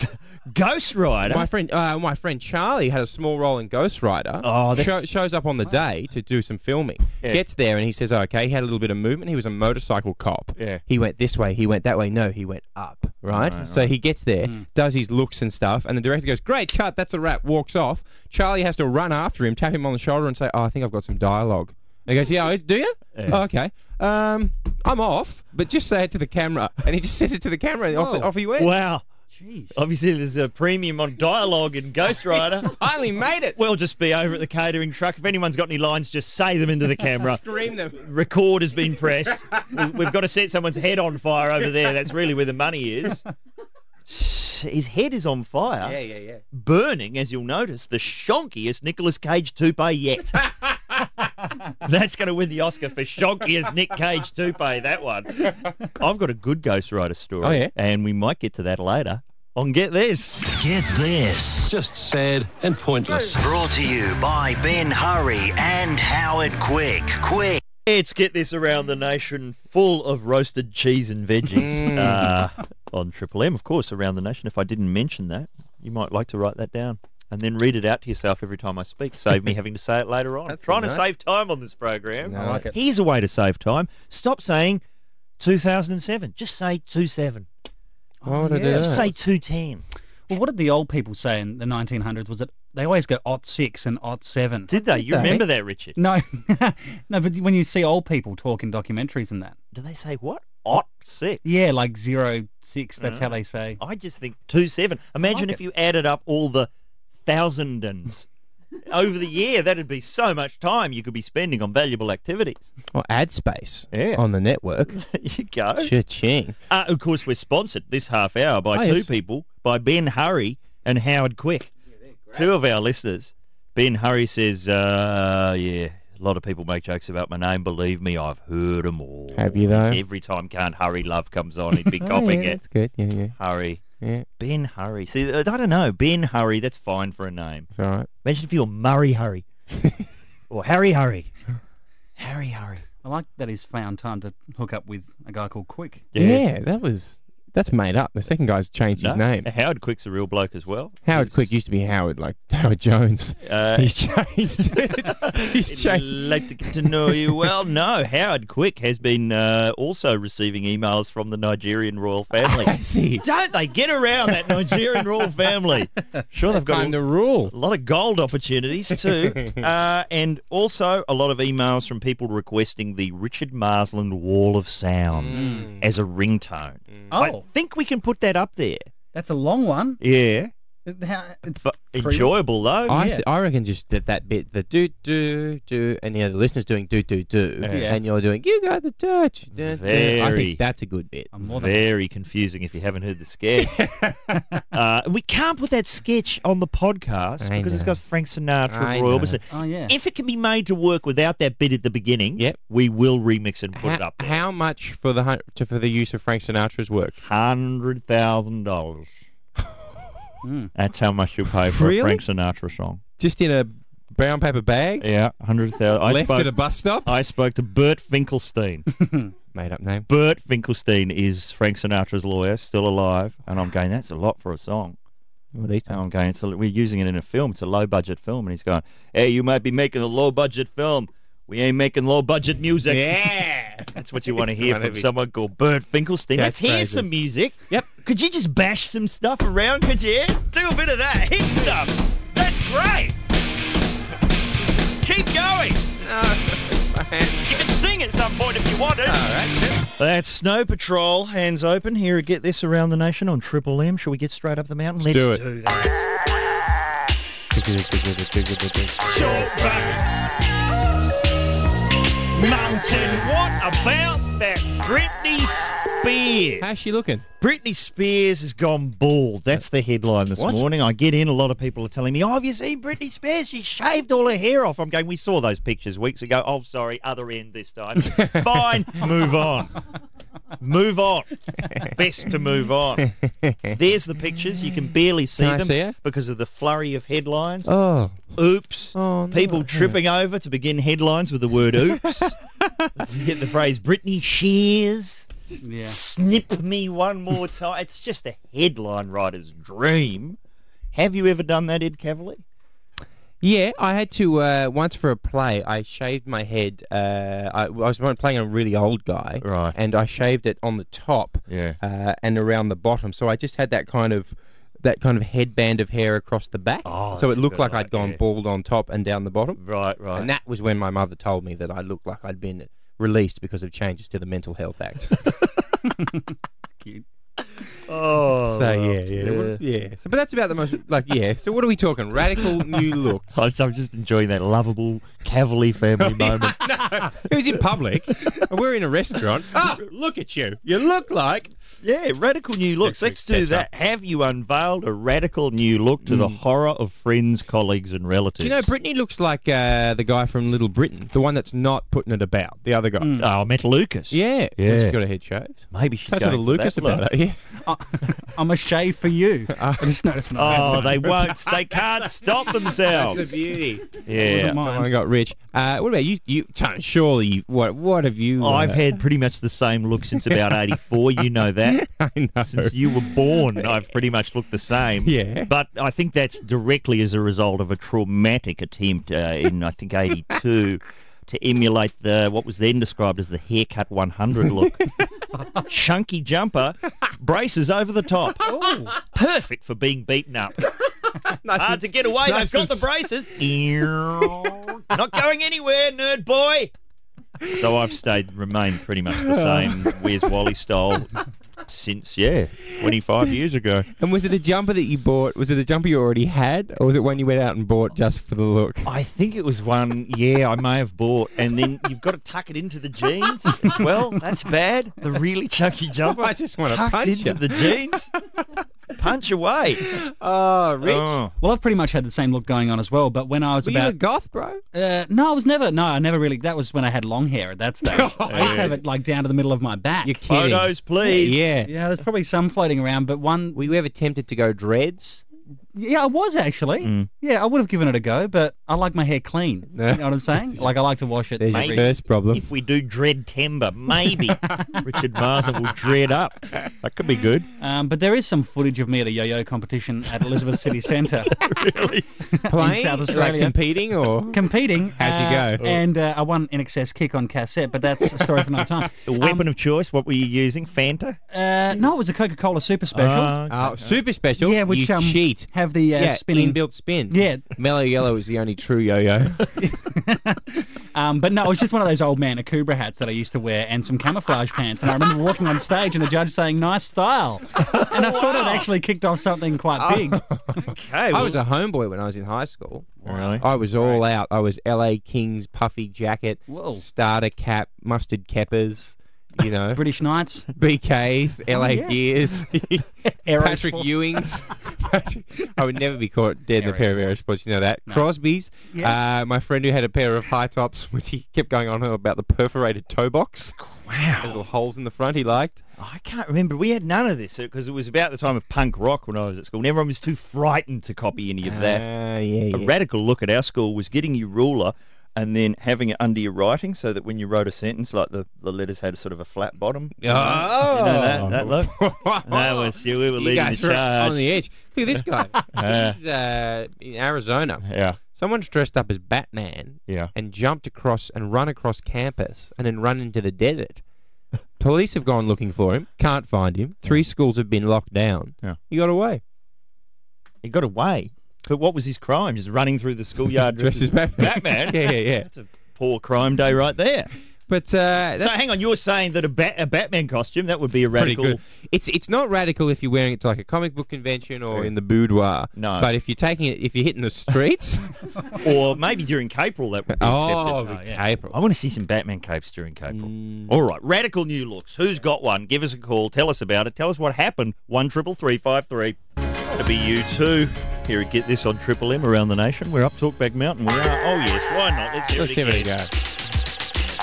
[SPEAKER 2] Ghost Rider.
[SPEAKER 3] my friend, uh, my friend Charlie had a small role in Ghost Rider.
[SPEAKER 2] Oh, that's-
[SPEAKER 3] Show, shows up on the day to do some filming.
[SPEAKER 2] Yeah.
[SPEAKER 3] Gets there and he says, "Okay." He had a little bit of movement. He was a motorcycle cop.
[SPEAKER 2] Yeah.
[SPEAKER 3] He went this way. He went that way. No, he went up. Right.
[SPEAKER 2] Right, Mm.
[SPEAKER 3] so he gets there, does his looks and stuff, and the director goes, "Great cut. That's a wrap." Walks off. Charlie has to run after him, tap him on the shoulder, and say, "Oh, I think I've got some dialogue." And he goes, "Yeah, is- do you?"
[SPEAKER 2] Yeah.
[SPEAKER 3] "Oh, okay. Um, I'm off, but just say it to the camera." And he just says it to the camera, and off,
[SPEAKER 2] Whoa.
[SPEAKER 3] off he went.
[SPEAKER 2] Wow. Jeez. Obviously, [LAUGHS] there's a premium on dialogue in Ghost
[SPEAKER 3] [LAUGHS]
[SPEAKER 2] Rider.
[SPEAKER 3] Finally made it.
[SPEAKER 2] We'll just be over at the catering truck. If anyone's got any lines, just say them into the
[SPEAKER 3] [LAUGHS]
[SPEAKER 2] camera.
[SPEAKER 3] Scream them.
[SPEAKER 2] Record has been pressed. We- We've got to set someone's head on fire over there. That's really where the money is. [SIGHS] His head is on fire.
[SPEAKER 3] Yeah, yeah, yeah.
[SPEAKER 2] burning, as you'll notice, the shonkiest Nicolas Cage toupee
[SPEAKER 3] [LAUGHS]
[SPEAKER 2] yet. That's going to win the Oscar for shonkiest Nick Cage toupee, that one. I've got a good ghostwriter story.
[SPEAKER 3] Oh, yeah?
[SPEAKER 2] And we might get to that later on Get This.
[SPEAKER 14] Get this.
[SPEAKER 13] Just sad and pointless.
[SPEAKER 14] Brought to you by Ben Hurry and Howard Quick. Quick.
[SPEAKER 2] It's Get This Around the Nation full of roasted cheese and
[SPEAKER 3] Mm.
[SPEAKER 2] veggies uh, on Triple M, of course, around the nation. If I didn't mention that, you might like to write that down. And then read it out to yourself every time I speak. Save me having to say it later on. Trying to
[SPEAKER 3] nice.
[SPEAKER 2] save time on this program.
[SPEAKER 3] I like it.
[SPEAKER 2] Here's a way to save [LAUGHS] time. Stop saying 2007. Just say 27.
[SPEAKER 3] Why would I do
[SPEAKER 7] Yeah.
[SPEAKER 3] that?
[SPEAKER 2] Just say 210.
[SPEAKER 7] Well, what did the old people say in the 1900s? Was it they always go ot six and ot seven?
[SPEAKER 2] Did they? You
[SPEAKER 7] they?
[SPEAKER 2] remember that, Richard?
[SPEAKER 7] No, [LAUGHS] no. But when you see old people talking documentaries and that,
[SPEAKER 2] Do they say what? Ot Ah. 6.
[SPEAKER 7] yeah, like zero six. That's how they say.
[SPEAKER 2] I just think two seven. Imagine if you added up all the thousandans over the year. That'd be so much time you could be spending on valuable activities.
[SPEAKER 3] Or ad space
[SPEAKER 2] Yeah.
[SPEAKER 3] on the [LAUGHS] network.
[SPEAKER 2] There you go.
[SPEAKER 3] Cha-ching.
[SPEAKER 2] Uh, of course, we're sponsored this half hour by
[SPEAKER 3] Oh,
[SPEAKER 2] two
[SPEAKER 3] yes.
[SPEAKER 2] people, by Ben Hurry and Howard Quick. two of our listeners. Ben Hurry says, uh, yeah, a lot of people make jokes about my name. Believe me, I've heard them all.
[SPEAKER 3] Have you, though?
[SPEAKER 2] Every time Can't Hurry Love comes on,
[SPEAKER 3] [LAUGHS]
[SPEAKER 2] he'd be copying it.
[SPEAKER 3] That's good. Yeah, yeah.
[SPEAKER 2] Hurry.
[SPEAKER 3] Yeah.
[SPEAKER 2] Ben Hurry. See, I don't know. Ben Hurry, that's fine for a name.
[SPEAKER 3] It's all right.
[SPEAKER 2] [LAUGHS] Imagine if you were Murray Hurry. or Harry Hurry. Harry Hurry.
[SPEAKER 7] I like that he's found time to hook up with a guy called Quick.
[SPEAKER 3] Yeah, that was that's made up. The second guy's changed his
[SPEAKER 2] No,
[SPEAKER 3] name.
[SPEAKER 2] Howard Quick's a real bloke as [LAUGHS] well.
[SPEAKER 3] Howard Quick used to be Howard, like [LAUGHS] Howard Jones.
[SPEAKER 2] Uh,
[SPEAKER 3] He's changed. He's
[SPEAKER 2] changed. Uh, Like to get to know you well. No, Howard Quick has been uh, also receiving emails from the Nigerian royal [LAUGHS] family. Don't they get around that Nigerian royal family? [LAUGHS] Sure, they've got
[SPEAKER 3] Time to
[SPEAKER 2] rule. A lot of gold opportunities too, [LAUGHS] uh, and also a lot of emails from people requesting the Richard Marsland Wall of Sound
[SPEAKER 3] Mm.
[SPEAKER 2] as a ringtone. I
[SPEAKER 7] Oh.
[SPEAKER 2] think we can put that up there.
[SPEAKER 7] That's a long one.
[SPEAKER 2] [LAUGHS] Yeah.
[SPEAKER 7] It-
[SPEAKER 3] Uh,
[SPEAKER 7] how- It's
[SPEAKER 2] But
[SPEAKER 7] three-
[SPEAKER 2] enjoyable though.
[SPEAKER 3] I, s- I reckon just that, that bit, the do do do, and you know the listener's doing do do do,
[SPEAKER 2] Yeah.
[SPEAKER 3] and you're doing you got the touch. Da, da. I
[SPEAKER 2] Very-
[SPEAKER 3] think that's a good bit.
[SPEAKER 7] more than-
[SPEAKER 2] Very confusing if you haven't heard the
[SPEAKER 3] [LAUGHS]
[SPEAKER 2] sketch. uh, we can't put that sketch on the podcast
[SPEAKER 3] I
[SPEAKER 2] because it's
[SPEAKER 3] know.
[SPEAKER 2] got Frank Sinatra,
[SPEAKER 3] I
[SPEAKER 2] Roy
[SPEAKER 3] know.
[SPEAKER 2] Orbison.
[SPEAKER 7] Oh yeah.
[SPEAKER 2] If it can be made to work without that bit at the beginning,
[SPEAKER 3] Yep.
[SPEAKER 2] we will remix and put
[SPEAKER 3] how,
[SPEAKER 2] it up.
[SPEAKER 3] how much for the hun- to, for the use of Frank Sinatra's work?
[SPEAKER 2] Hundred thousand dollars.
[SPEAKER 7] Mm.
[SPEAKER 2] That's how much you pay for
[SPEAKER 3] Really?
[SPEAKER 2] a Frank Sinatra song.
[SPEAKER 3] Just in a brown paper bag,
[SPEAKER 2] Yeah, hundred thousand.
[SPEAKER 3] left at a bus stop.
[SPEAKER 2] I spoke to Bert Finkelstein.
[SPEAKER 3] Made up name.
[SPEAKER 2] Bert Finkelstein is Frank Sinatra's lawyer, still alive, and I'm going. That's a lot for a song.
[SPEAKER 3] What are you
[SPEAKER 2] And I'm going, it's a, we're using it in a film. It's a low budget film. And he's going, hey, you might be making a low budget film. We ain't making low budget music.
[SPEAKER 3] [LAUGHS] Yeah.
[SPEAKER 2] [LAUGHS] That's what you want to
[SPEAKER 3] It's
[SPEAKER 2] hear
[SPEAKER 3] one
[SPEAKER 2] from
[SPEAKER 3] of his-
[SPEAKER 2] someone called Bert Finkelstein. Let's hear
[SPEAKER 3] Catchphrases.
[SPEAKER 2] some music.
[SPEAKER 3] Yep.
[SPEAKER 2] Could you just bash some stuff around? Could you? Do a bit of that. Hit stuff. That's great. Keep going. You can sing at some point if you want to. That's Snow Patrol. Hands open. Here at Get This Around the Nation on Triple M. Shall we get straight up the mountain?
[SPEAKER 3] Let's do it.
[SPEAKER 2] that. Mountain. What about that Britney Spears?
[SPEAKER 3] How's she looking?
[SPEAKER 2] Britney Spears has gone bald. That's the headline this
[SPEAKER 3] What?
[SPEAKER 2] morning. I get in, a lot of people are telling me, Oh, have you seen Britney Spears? She shaved all her hair off. I'm going, We saw those pictures weeks ago. Oh, sorry, other end this
[SPEAKER 3] [LAUGHS]
[SPEAKER 2] time. Fine, move on. Move on. Best to move
[SPEAKER 3] [LAUGHS]
[SPEAKER 2] on. There's the pictures. You can barely see
[SPEAKER 3] Can I
[SPEAKER 2] them
[SPEAKER 3] see it?
[SPEAKER 2] because of the flurry of headlines.
[SPEAKER 3] [LAUGHS] Oh,
[SPEAKER 2] Oops.
[SPEAKER 3] oh, no.
[SPEAKER 2] People tripping over to begin headlines with the word [LAUGHS] oops. you get the phrase Britney Shears.
[SPEAKER 7] Yeah.
[SPEAKER 2] Snip me one more time. It's just a headline writer's dream. Have you ever done that, Ed Cavalier?
[SPEAKER 3] Yeah, I had to uh, once for a play. I shaved my head. Uh, I, I was playing a really old guy,
[SPEAKER 2] Right.
[SPEAKER 3] And I shaved it on the top,
[SPEAKER 2] Yeah.
[SPEAKER 3] uh, and around the bottom. So I just had that kind of that kind of headband of hair across the back.
[SPEAKER 2] Oh,
[SPEAKER 3] so
[SPEAKER 2] that's
[SPEAKER 3] it
[SPEAKER 2] a
[SPEAKER 3] looked
[SPEAKER 2] good
[SPEAKER 3] like I'd gone
[SPEAKER 2] idea.
[SPEAKER 3] bald on top and down the bottom.
[SPEAKER 2] Right, right.
[SPEAKER 3] And that was when my mother told me that I looked like I'd been released because of changes to the Mental
[SPEAKER 2] [LAUGHS]
[SPEAKER 3] Health Act.
[SPEAKER 7] Cute.
[SPEAKER 2] oh,
[SPEAKER 3] so yeah, yeah, what- yeah. So, but that's about the most like yeah. So what are we talking? Radical
[SPEAKER 2] [LAUGHS]
[SPEAKER 3] new looks.
[SPEAKER 2] I'm, I'm just enjoying that lovable Cavalier [LAUGHS] family moment.
[SPEAKER 3] It was in
[SPEAKER 2] [LAUGHS]
[SPEAKER 3] public. and we're in a restaurant. Oh, look at you. You look like.
[SPEAKER 2] Yeah, radical new looks. Let's do that. Have you unveiled a radical new look to the horror of friends, colleagues, and relatives?
[SPEAKER 3] Do you know, Brittany looks like uh, the guy from Little Britain, the one that's not putting it about, the other guy.
[SPEAKER 2] oh, I met Lucas.
[SPEAKER 3] Yeah.
[SPEAKER 2] Yeah.
[SPEAKER 3] She's got her head shaved.
[SPEAKER 2] Maybe she's
[SPEAKER 3] Touch
[SPEAKER 2] going
[SPEAKER 3] with
[SPEAKER 2] for
[SPEAKER 3] Lucas
[SPEAKER 2] that
[SPEAKER 3] about
[SPEAKER 2] look.
[SPEAKER 3] it. Yeah.
[SPEAKER 7] I'm a shave for
[SPEAKER 3] [LAUGHS]
[SPEAKER 7] you. I just noticed my
[SPEAKER 2] Oh,
[SPEAKER 7] hands
[SPEAKER 2] they
[SPEAKER 7] up.
[SPEAKER 2] won't. They can't [LAUGHS] stop themselves.
[SPEAKER 3] beauty.
[SPEAKER 7] wasn't
[SPEAKER 2] Yeah.
[SPEAKER 7] mine.
[SPEAKER 3] I got rich. Uh, what about you? You, Tone, surely, you, what What have you.
[SPEAKER 2] I've
[SPEAKER 3] uh,
[SPEAKER 2] had pretty much the same look since about 84. You [LAUGHS] know
[SPEAKER 3] [LAUGHS]
[SPEAKER 2] that.
[SPEAKER 3] I know.
[SPEAKER 2] Since you were born, I've pretty much looked the same.
[SPEAKER 3] Yeah.
[SPEAKER 2] But I think that's directly as a result of a traumatic attempt uh, in, I think, 82 to emulate the what was then described as the haircut 100
[SPEAKER 3] [LAUGHS]
[SPEAKER 2] look. Chunky jumper, braces over the
[SPEAKER 3] [LAUGHS]
[SPEAKER 2] top.
[SPEAKER 3] Oh.
[SPEAKER 2] Perfect for being beaten up.
[SPEAKER 3] nice
[SPEAKER 2] Hard
[SPEAKER 3] and-
[SPEAKER 2] to get away.
[SPEAKER 3] nice
[SPEAKER 2] They've
[SPEAKER 3] and
[SPEAKER 2] got the braces. Not going anywhere, nerd boy. So I've stayed, remained pretty much the
[SPEAKER 3] [LAUGHS]
[SPEAKER 2] same. Where's Wally style since yeah, 25 years ago.
[SPEAKER 3] And was it a jumper that you bought? Was it a jumper you already had? Or was it one you went out and bought just for the look?
[SPEAKER 2] I think it was one. Yeah, I may have bought, and then you've got to tuck it into the jeans as well. That's bad. The really
[SPEAKER 3] [LAUGHS]
[SPEAKER 2] chunky jumper.
[SPEAKER 3] I just wanna
[SPEAKER 2] tucked
[SPEAKER 3] punch
[SPEAKER 2] into
[SPEAKER 3] ya.
[SPEAKER 2] the jeans. Punch away.
[SPEAKER 3] Oh, [LAUGHS] Rich.
[SPEAKER 2] Oh.
[SPEAKER 7] Well, I've pretty much had the same look going on as well, but when I was
[SPEAKER 3] Were you a
[SPEAKER 7] about
[SPEAKER 3] goth, bro?
[SPEAKER 7] uh, no, I was never no, I never really. That was when I had long hair at that stage. I used to have it like down to the middle of my back.
[SPEAKER 3] You're [LAUGHS] kidding.
[SPEAKER 2] Photos, please.
[SPEAKER 3] Yeah.
[SPEAKER 7] Yeah, there's probably some floating around, but one
[SPEAKER 3] Were you ever tempted to go dreads?
[SPEAKER 7] Yeah, I was actually.
[SPEAKER 2] Hmm.
[SPEAKER 7] Yeah, I would have given it a go, but I like my hair
[SPEAKER 3] [LAUGHS]
[SPEAKER 7] clean. You know what I'm saying? like I like to wash it.
[SPEAKER 3] There's your first problem.
[SPEAKER 2] If we do dread timber,
[SPEAKER 7] [LAUGHS]
[SPEAKER 2] maybe Richard Marsden will dread up. That could be good.
[SPEAKER 7] Um, but there is some footage of me at a yo-yo competition at Elizabeth
[SPEAKER 2] [LAUGHS]
[SPEAKER 7] City Centre.
[SPEAKER 3] Playing?
[SPEAKER 7] [LAUGHS] In South
[SPEAKER 3] Like
[SPEAKER 7] Australia.
[SPEAKER 3] competing or?
[SPEAKER 7] Competing.
[SPEAKER 3] How'd you
[SPEAKER 7] uh,
[SPEAKER 3] go?
[SPEAKER 7] and uh, I won in excess kick on cassette, but that's a story for another time. Um,
[SPEAKER 2] The weapon of choice, what were you using? Fanta?
[SPEAKER 7] Uh, no, it was a Coca-Cola Super Special.
[SPEAKER 2] Ah, okay.
[SPEAKER 3] Oh, super special.
[SPEAKER 7] Yeah, which
[SPEAKER 3] you
[SPEAKER 7] um,
[SPEAKER 3] cheat.
[SPEAKER 7] have the uh,
[SPEAKER 3] yeah,
[SPEAKER 7] spinning
[SPEAKER 3] inbuilt spin.
[SPEAKER 7] Yeah.
[SPEAKER 3] Mellow Yellow is the only true yo-yo.
[SPEAKER 7] Um, but no, it was just one of those old man Akubra hats that I used to wear and some camouflage pants. And I remember walking on stage and the judge saying, nice style. And I thought it actually kicked off something quite big.
[SPEAKER 2] Oh, okay.
[SPEAKER 3] I was a homeboy when I was in high school.
[SPEAKER 2] Really?
[SPEAKER 3] I was all out. I was LA Kings puffy jacket,
[SPEAKER 7] Whoa.
[SPEAKER 3] starter cap, mustard keppers, you know.
[SPEAKER 7] [LAUGHS] British Knights. Oh,
[SPEAKER 3] BKs, LA
[SPEAKER 7] yeah. [LAUGHS]
[SPEAKER 3] Gears, [LAUGHS] Patrick
[SPEAKER 7] Aerosports.
[SPEAKER 3] Ewings. [LAUGHS] I would never be caught dead in a pair of Aerosports, you know that. Crosby's.
[SPEAKER 7] Yeah.
[SPEAKER 3] Uh, my friend who had a pair of high tops, [LAUGHS] which he kept going on about the perforated toe box. Wow. Little holes in the front he liked.
[SPEAKER 2] I can't remember. We had none of this because it was about the time of punk rock when I was at school. And everyone was too frightened to copy any of that.
[SPEAKER 3] Ah, yeah,
[SPEAKER 2] a
[SPEAKER 3] yeah.
[SPEAKER 2] radical look at our school was getting your ruler and then having it under your writing so that when you wrote a sentence, like the, the letters had sort of a flat bottom. you know?
[SPEAKER 3] Ah.
[SPEAKER 2] You know that,
[SPEAKER 7] Oh.
[SPEAKER 2] that look?
[SPEAKER 3] [LAUGHS]
[SPEAKER 2] that was, yeah, we were
[SPEAKER 3] you
[SPEAKER 2] leading the
[SPEAKER 3] guys were
[SPEAKER 2] charge.
[SPEAKER 3] on the edge. Look at this guy.
[SPEAKER 2] [LAUGHS] Yeah.
[SPEAKER 3] He's uh, in Arizona.
[SPEAKER 2] Yeah.
[SPEAKER 3] Someone's dressed up as Batman.
[SPEAKER 2] Yeah.
[SPEAKER 3] And jumped across and run across campus and then run into the desert. Police have gone looking for him. Can't find him. Three schools have been locked down.
[SPEAKER 2] Yeah.
[SPEAKER 3] He got away.
[SPEAKER 2] He got away. But what was his crime? Just running through the schoolyard
[SPEAKER 3] [LAUGHS] Dressed as Batman.
[SPEAKER 2] Batman?
[SPEAKER 3] [LAUGHS] Yeah, yeah, yeah.
[SPEAKER 2] That's a poor crime day right there.
[SPEAKER 3] But uh,
[SPEAKER 2] So hang on, you're saying that a, bat, a Batman costume, that would be a
[SPEAKER 3] pretty
[SPEAKER 2] radical...
[SPEAKER 3] good. It's it's not radical if you're wearing it to like a comic book convention or in the boudoir.
[SPEAKER 2] No.
[SPEAKER 3] But if you're taking it, if you're hitting
[SPEAKER 2] [LAUGHS]
[SPEAKER 3] the streets,
[SPEAKER 2] Or maybe during Capril that would be
[SPEAKER 3] Oh,
[SPEAKER 2] accepted.
[SPEAKER 3] with
[SPEAKER 2] I want to see some Batman capes during Capril.
[SPEAKER 3] Mm.
[SPEAKER 2] Mm. All right, radical new looks. Who's got one? Give us a call. Tell us about it. Tell us what happened. One triple three five three. That'll be you too. Here at Get This on Triple M around the nation. We're up Talkback Mountain. We are. Oh yes, why not? Let's hear
[SPEAKER 3] let's
[SPEAKER 2] it
[SPEAKER 3] give
[SPEAKER 2] again.
[SPEAKER 3] it a go.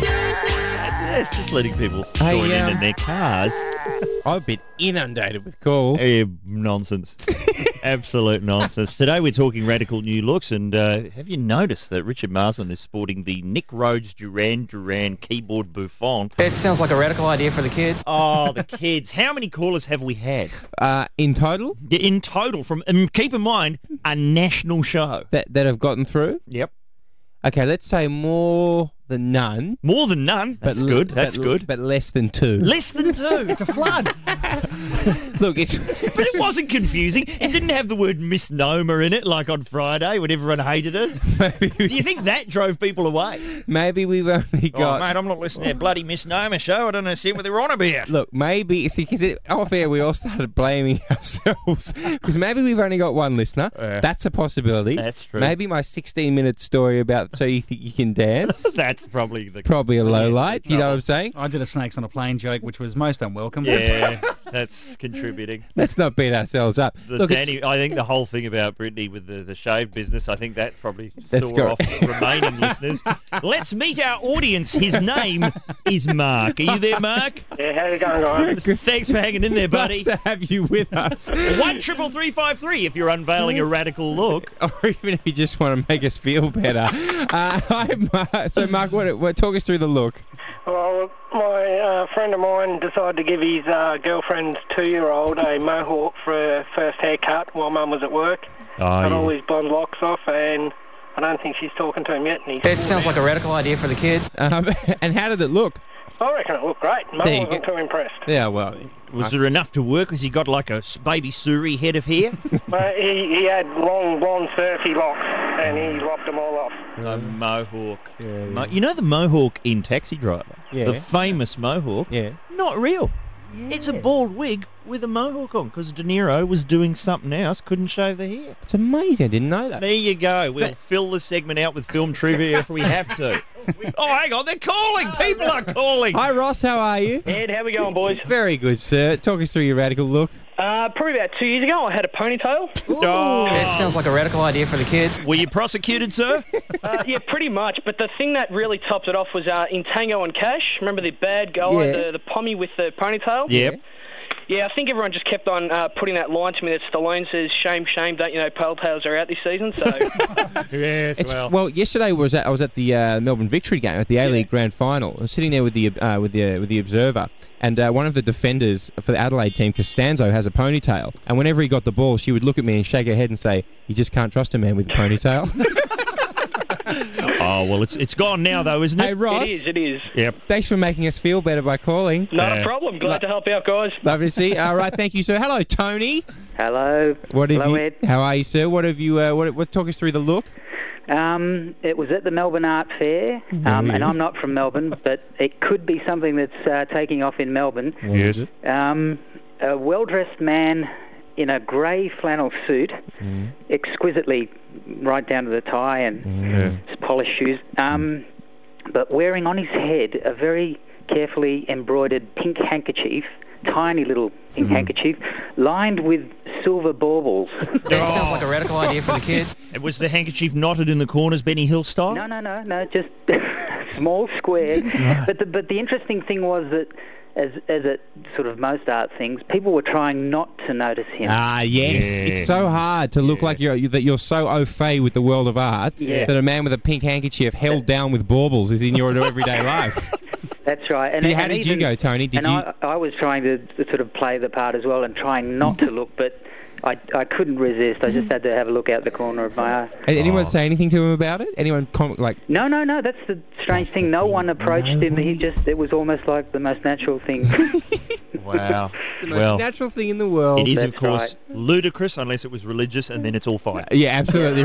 [SPEAKER 2] That's it's just letting people
[SPEAKER 3] Hey,
[SPEAKER 2] join in
[SPEAKER 3] um,
[SPEAKER 2] in their cars.
[SPEAKER 3] [LAUGHS] I've been inundated with calls.
[SPEAKER 2] Eh,
[SPEAKER 3] [LAUGHS]
[SPEAKER 2] nonsense. Absolute nonsense. Today we're talking radical new looks, and uh, have you noticed that Richard Marsden is sporting the Nick Rhodes Duran Duran keyboard buffon?
[SPEAKER 15] It sounds like a radical idea for the kids.
[SPEAKER 2] Oh, the kids. How many callers have we had?
[SPEAKER 3] Uh, in total,
[SPEAKER 2] Yeah, In total, from and keep in mind, a national show.
[SPEAKER 3] that that have gotten through.
[SPEAKER 2] Yep.
[SPEAKER 3] Okay, let's say more than none.
[SPEAKER 2] More than none. That's
[SPEAKER 3] l-
[SPEAKER 2] good.
[SPEAKER 3] but
[SPEAKER 2] That's
[SPEAKER 3] l-
[SPEAKER 2] good.
[SPEAKER 3] But less than two.
[SPEAKER 2] Less than two.
[SPEAKER 7] [LAUGHS] It's a flood.
[SPEAKER 3] Look, it's
[SPEAKER 2] [LAUGHS] But it wasn't confusing. It didn't have the word misnomer in it, like on Friday when everyone hated us.
[SPEAKER 3] [LAUGHS]
[SPEAKER 2] Do you think that drove people away?
[SPEAKER 3] maybe we've only
[SPEAKER 2] Oh,
[SPEAKER 3] got.
[SPEAKER 2] mate, I'm not listening to that bloody misnomer show. I don't understand what they're on about.
[SPEAKER 3] Look, maybe see because off air we all started blaming [LAUGHS] ourselves because maybe we've only got one listener. That's a possibility.
[SPEAKER 2] That's true.
[SPEAKER 3] Maybe my 16-minute story about so you think you can dance.
[SPEAKER 2] [LAUGHS] That's probably the
[SPEAKER 3] Probably a low light. You know what I'm saying?
[SPEAKER 7] I did a snakes on a plane joke, which was most unwelcome. [LAUGHS]
[SPEAKER 2] Yeah, that's contributing.
[SPEAKER 3] Let's not beat ourselves up.
[SPEAKER 2] The
[SPEAKER 3] Look, it's-
[SPEAKER 2] Danny, I think the whole thing about Brittany with the, the shave business, I think that probably
[SPEAKER 3] That's
[SPEAKER 2] saw
[SPEAKER 3] got-
[SPEAKER 2] off the remaining
[SPEAKER 3] [LAUGHS]
[SPEAKER 2] listeners. Let's meet our audience. His name is Mark. Are you there, Mark?
[SPEAKER 16] Yeah, how you going, guys?
[SPEAKER 3] [LAUGHS]
[SPEAKER 2] Thanks for hanging in there, buddy.
[SPEAKER 3] nice [LAUGHS] to have you with us.
[SPEAKER 2] One triple three five three. If you're unveiling a radical look,
[SPEAKER 3] [LAUGHS] or even if you just want to make us feel better. uh, hi, Mark. So, Mark, what, what, talk us through the look.
[SPEAKER 16] Well, my uh, friend of mine decided to give his uh, girlfriend's two-year-old a mohawk for her first haircut while Mum was at work.
[SPEAKER 3] Ah,
[SPEAKER 16] Got all his blonde locks off, and I don't think she's talking to him yet. And he's
[SPEAKER 15] It sounds like a radical idea for the kids.
[SPEAKER 3] Um, [LAUGHS] and how did it look?
[SPEAKER 16] I reckon it looked great. Mum
[SPEAKER 3] There you
[SPEAKER 16] wasn't too impressed.
[SPEAKER 3] Yeah, well,
[SPEAKER 2] was there enough to work? Has he got like a s- baby Suri head of
[SPEAKER 3] [LAUGHS]
[SPEAKER 2] hair?
[SPEAKER 16] But he, he had long, blonde, surfy locks, and he lopped them all off.
[SPEAKER 2] A mohawk. Mo- you know the mohawk in Taxi Driver?
[SPEAKER 3] Yeah.
[SPEAKER 2] The famous mohawk?
[SPEAKER 3] Yeah.
[SPEAKER 2] Not real. It's a bald wig with a mohawk on because De Niro was doing something else, couldn't shave the hair.
[SPEAKER 3] It's amazing. I didn't know that.
[SPEAKER 2] There you go. We'll fill the segment out with film trivia if we have to. Oh, hang on. They're calling. People are calling.
[SPEAKER 3] Hi, Ross. How are you?
[SPEAKER 17] Ed, how we going, boys?
[SPEAKER 3] Very good, sir. Talk us through your radical look.
[SPEAKER 17] Uh, probably about two years ago, I had a ponytail.
[SPEAKER 3] Oh.
[SPEAKER 15] It sounds like a radical idea for the kids.
[SPEAKER 2] Were you prosecuted, sir?
[SPEAKER 17] [LAUGHS] Uh, yeah, pretty much. But the thing that really topped it off was uh, in Tango and Cash. Remember the bad guy,
[SPEAKER 3] Yeah.
[SPEAKER 17] the, the pommy with the ponytail?
[SPEAKER 2] Yep.
[SPEAKER 17] Yeah, I think everyone just kept on uh, putting that line to me that Stallone says, "Shame, shame, don't you know Pale Tails are out this season?"
[SPEAKER 2] [LAUGHS]
[SPEAKER 17] So
[SPEAKER 2] yes,
[SPEAKER 3] It's- well, yesterday was at, I was at the uh, Melbourne Victory game at the A League Grand Final. I was sitting there with the uh, with the with the observer, and uh, one of the defenders for the Adelaide team, Costanzo, has a ponytail. And whenever he got the ball, she would look at me and shake her head and say, "You just can't trust a man with a ponytail."
[SPEAKER 2] [LAUGHS] oh well, it's it's gone now though, isn't it?
[SPEAKER 3] Hey, Ross. It is,
[SPEAKER 17] it is.
[SPEAKER 2] Yep.
[SPEAKER 3] Thanks for making us feel better by calling.
[SPEAKER 17] not a problem. Glad to help out, guys.
[SPEAKER 3] Love to see. you. All right,
[SPEAKER 17] [LAUGHS]
[SPEAKER 3] thank you, sir. Hello, Tony.
[SPEAKER 18] Hello.
[SPEAKER 3] What have
[SPEAKER 18] Hello,
[SPEAKER 3] you?
[SPEAKER 18] Ed.
[SPEAKER 3] How are you, sir? What have you? Uh, what, what? Talk us through the look.
[SPEAKER 18] Um, it was at the Melbourne Art Fair, um,
[SPEAKER 3] Really?
[SPEAKER 18] and I'm not from Melbourne, but it could be something that's uh, taking off in Melbourne.
[SPEAKER 3] Yes.
[SPEAKER 18] Um, a well dressed man in a grey flannel suit,
[SPEAKER 3] Mm.
[SPEAKER 18] exquisitely right down to the tie and s- polished shoes, um, but wearing on his head a very carefully embroidered pink handkerchief, tiny little pink
[SPEAKER 2] Mm-hmm.
[SPEAKER 18] handkerchief, lined with silver baubles.
[SPEAKER 2] [LAUGHS] [LAUGHS] That sounds
[SPEAKER 18] [LAUGHS]
[SPEAKER 2] like a radical idea for the [LAUGHS] kids. It Oh. was the handkerchief knotted in the corners, Benny Hill style.
[SPEAKER 18] No, no, no, no. Just [LAUGHS] small square.
[SPEAKER 2] [LAUGHS]
[SPEAKER 18] but the but the interesting thing was that. As, as at sort of most art things, people were trying not to notice him.
[SPEAKER 3] Ah, yes. It's so hard to look like you're you- that you're so au fait with the world of art
[SPEAKER 18] Yeah.
[SPEAKER 3] that a man with a pink handkerchief held down with baubles is in your
[SPEAKER 2] [LAUGHS]
[SPEAKER 3] everyday life.
[SPEAKER 18] That's right. And,
[SPEAKER 3] Did- how
[SPEAKER 18] and
[SPEAKER 3] did you
[SPEAKER 18] even-
[SPEAKER 3] go, Tony? Did
[SPEAKER 18] and I, I was trying to sort of play the part as well and trying not to look, but I, I couldn't resist. I just had to have a look out the corner of my eye.
[SPEAKER 3] And
[SPEAKER 2] Oh.
[SPEAKER 3] anyone say anything to him about it? Anyone com- like?
[SPEAKER 18] No, no, no. That's the strange thing. No one approached him. He just it was almost like the most natural thing.
[SPEAKER 3] [LAUGHS]
[SPEAKER 2] Wow.
[SPEAKER 3] The most
[SPEAKER 2] well,
[SPEAKER 3] natural thing in the world.
[SPEAKER 2] it is of course ludicrous unless it was religious, and then it's all fine.
[SPEAKER 3] Yeah, absolutely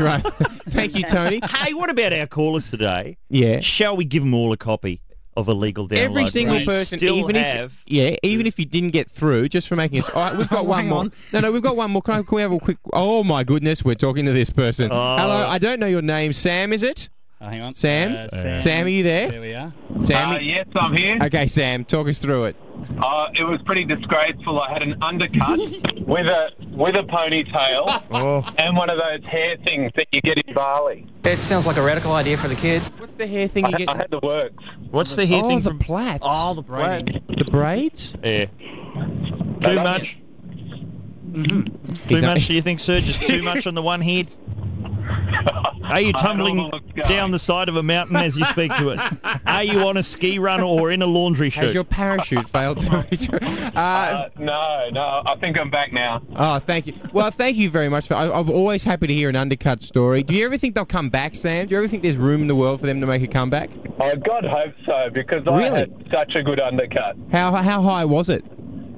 [SPEAKER 2] [LAUGHS]
[SPEAKER 3] right. Thank you, Tony.
[SPEAKER 2] Hey, what about our callers today?
[SPEAKER 3] Yeah.
[SPEAKER 2] Shall we give them all a copy of illegal download?
[SPEAKER 3] Every single
[SPEAKER 2] We
[SPEAKER 3] person,
[SPEAKER 2] still
[SPEAKER 3] even
[SPEAKER 2] have. Oh,
[SPEAKER 3] if yeah, even if you didn't get through, just for making us. All
[SPEAKER 2] [LAUGHS]
[SPEAKER 3] right, we've got one more. No, no, we've got one more. Can, I, can we have a quick? Oh my goodness, we're talking to this person.
[SPEAKER 7] Oh.
[SPEAKER 3] Hello, I don't know your name. Sam, is it?
[SPEAKER 7] Oh, hang on.
[SPEAKER 3] Sam?
[SPEAKER 7] Uh, Sam.
[SPEAKER 3] Sam, are you there?
[SPEAKER 7] There we are.
[SPEAKER 3] Sam.
[SPEAKER 19] Uh, yes, I'm here.
[SPEAKER 3] Okay, Sam, talk us through it.
[SPEAKER 19] Uh, it was pretty disgraceful. I had an
[SPEAKER 3] [LAUGHS]
[SPEAKER 19] undercut with a with a ponytail
[SPEAKER 2] Oh.
[SPEAKER 19] and one of those hair things that you get in Bali.
[SPEAKER 15] It sounds like a radical idea for the kids.
[SPEAKER 3] What's the hair thing
[SPEAKER 19] I,
[SPEAKER 2] [LAUGHS]
[SPEAKER 19] I had the works.
[SPEAKER 2] What's the hair
[SPEAKER 15] Oh,
[SPEAKER 2] thing
[SPEAKER 15] the
[SPEAKER 2] from
[SPEAKER 3] plaits?
[SPEAKER 2] Oh, the plaits.
[SPEAKER 3] The braids?
[SPEAKER 2] Yeah.
[SPEAKER 19] They
[SPEAKER 2] Too
[SPEAKER 19] love
[SPEAKER 2] much.
[SPEAKER 19] Mm-hmm.
[SPEAKER 2] Too much, do you think, sir? Just too much on the one head. Are you
[SPEAKER 19] I had all the
[SPEAKER 2] tumbling
[SPEAKER 19] looks going.
[SPEAKER 2] down the side of a mountain as you speak to us? Are you on a ski run or in a laundry chute?
[SPEAKER 3] Has your parachute failed to? uh,
[SPEAKER 19] Uh, no, no, I think I'm back now.
[SPEAKER 3] oh, thank you. Well, thank you very much. For, I, I'm always happy to hear an undercut story. Do you ever think they'll come back, Sam? Do you ever think there's room in the world for them to make a comeback?
[SPEAKER 19] Oh, God, hope so because I
[SPEAKER 3] Really?
[SPEAKER 19] had such a good undercut.
[SPEAKER 3] How how high was it?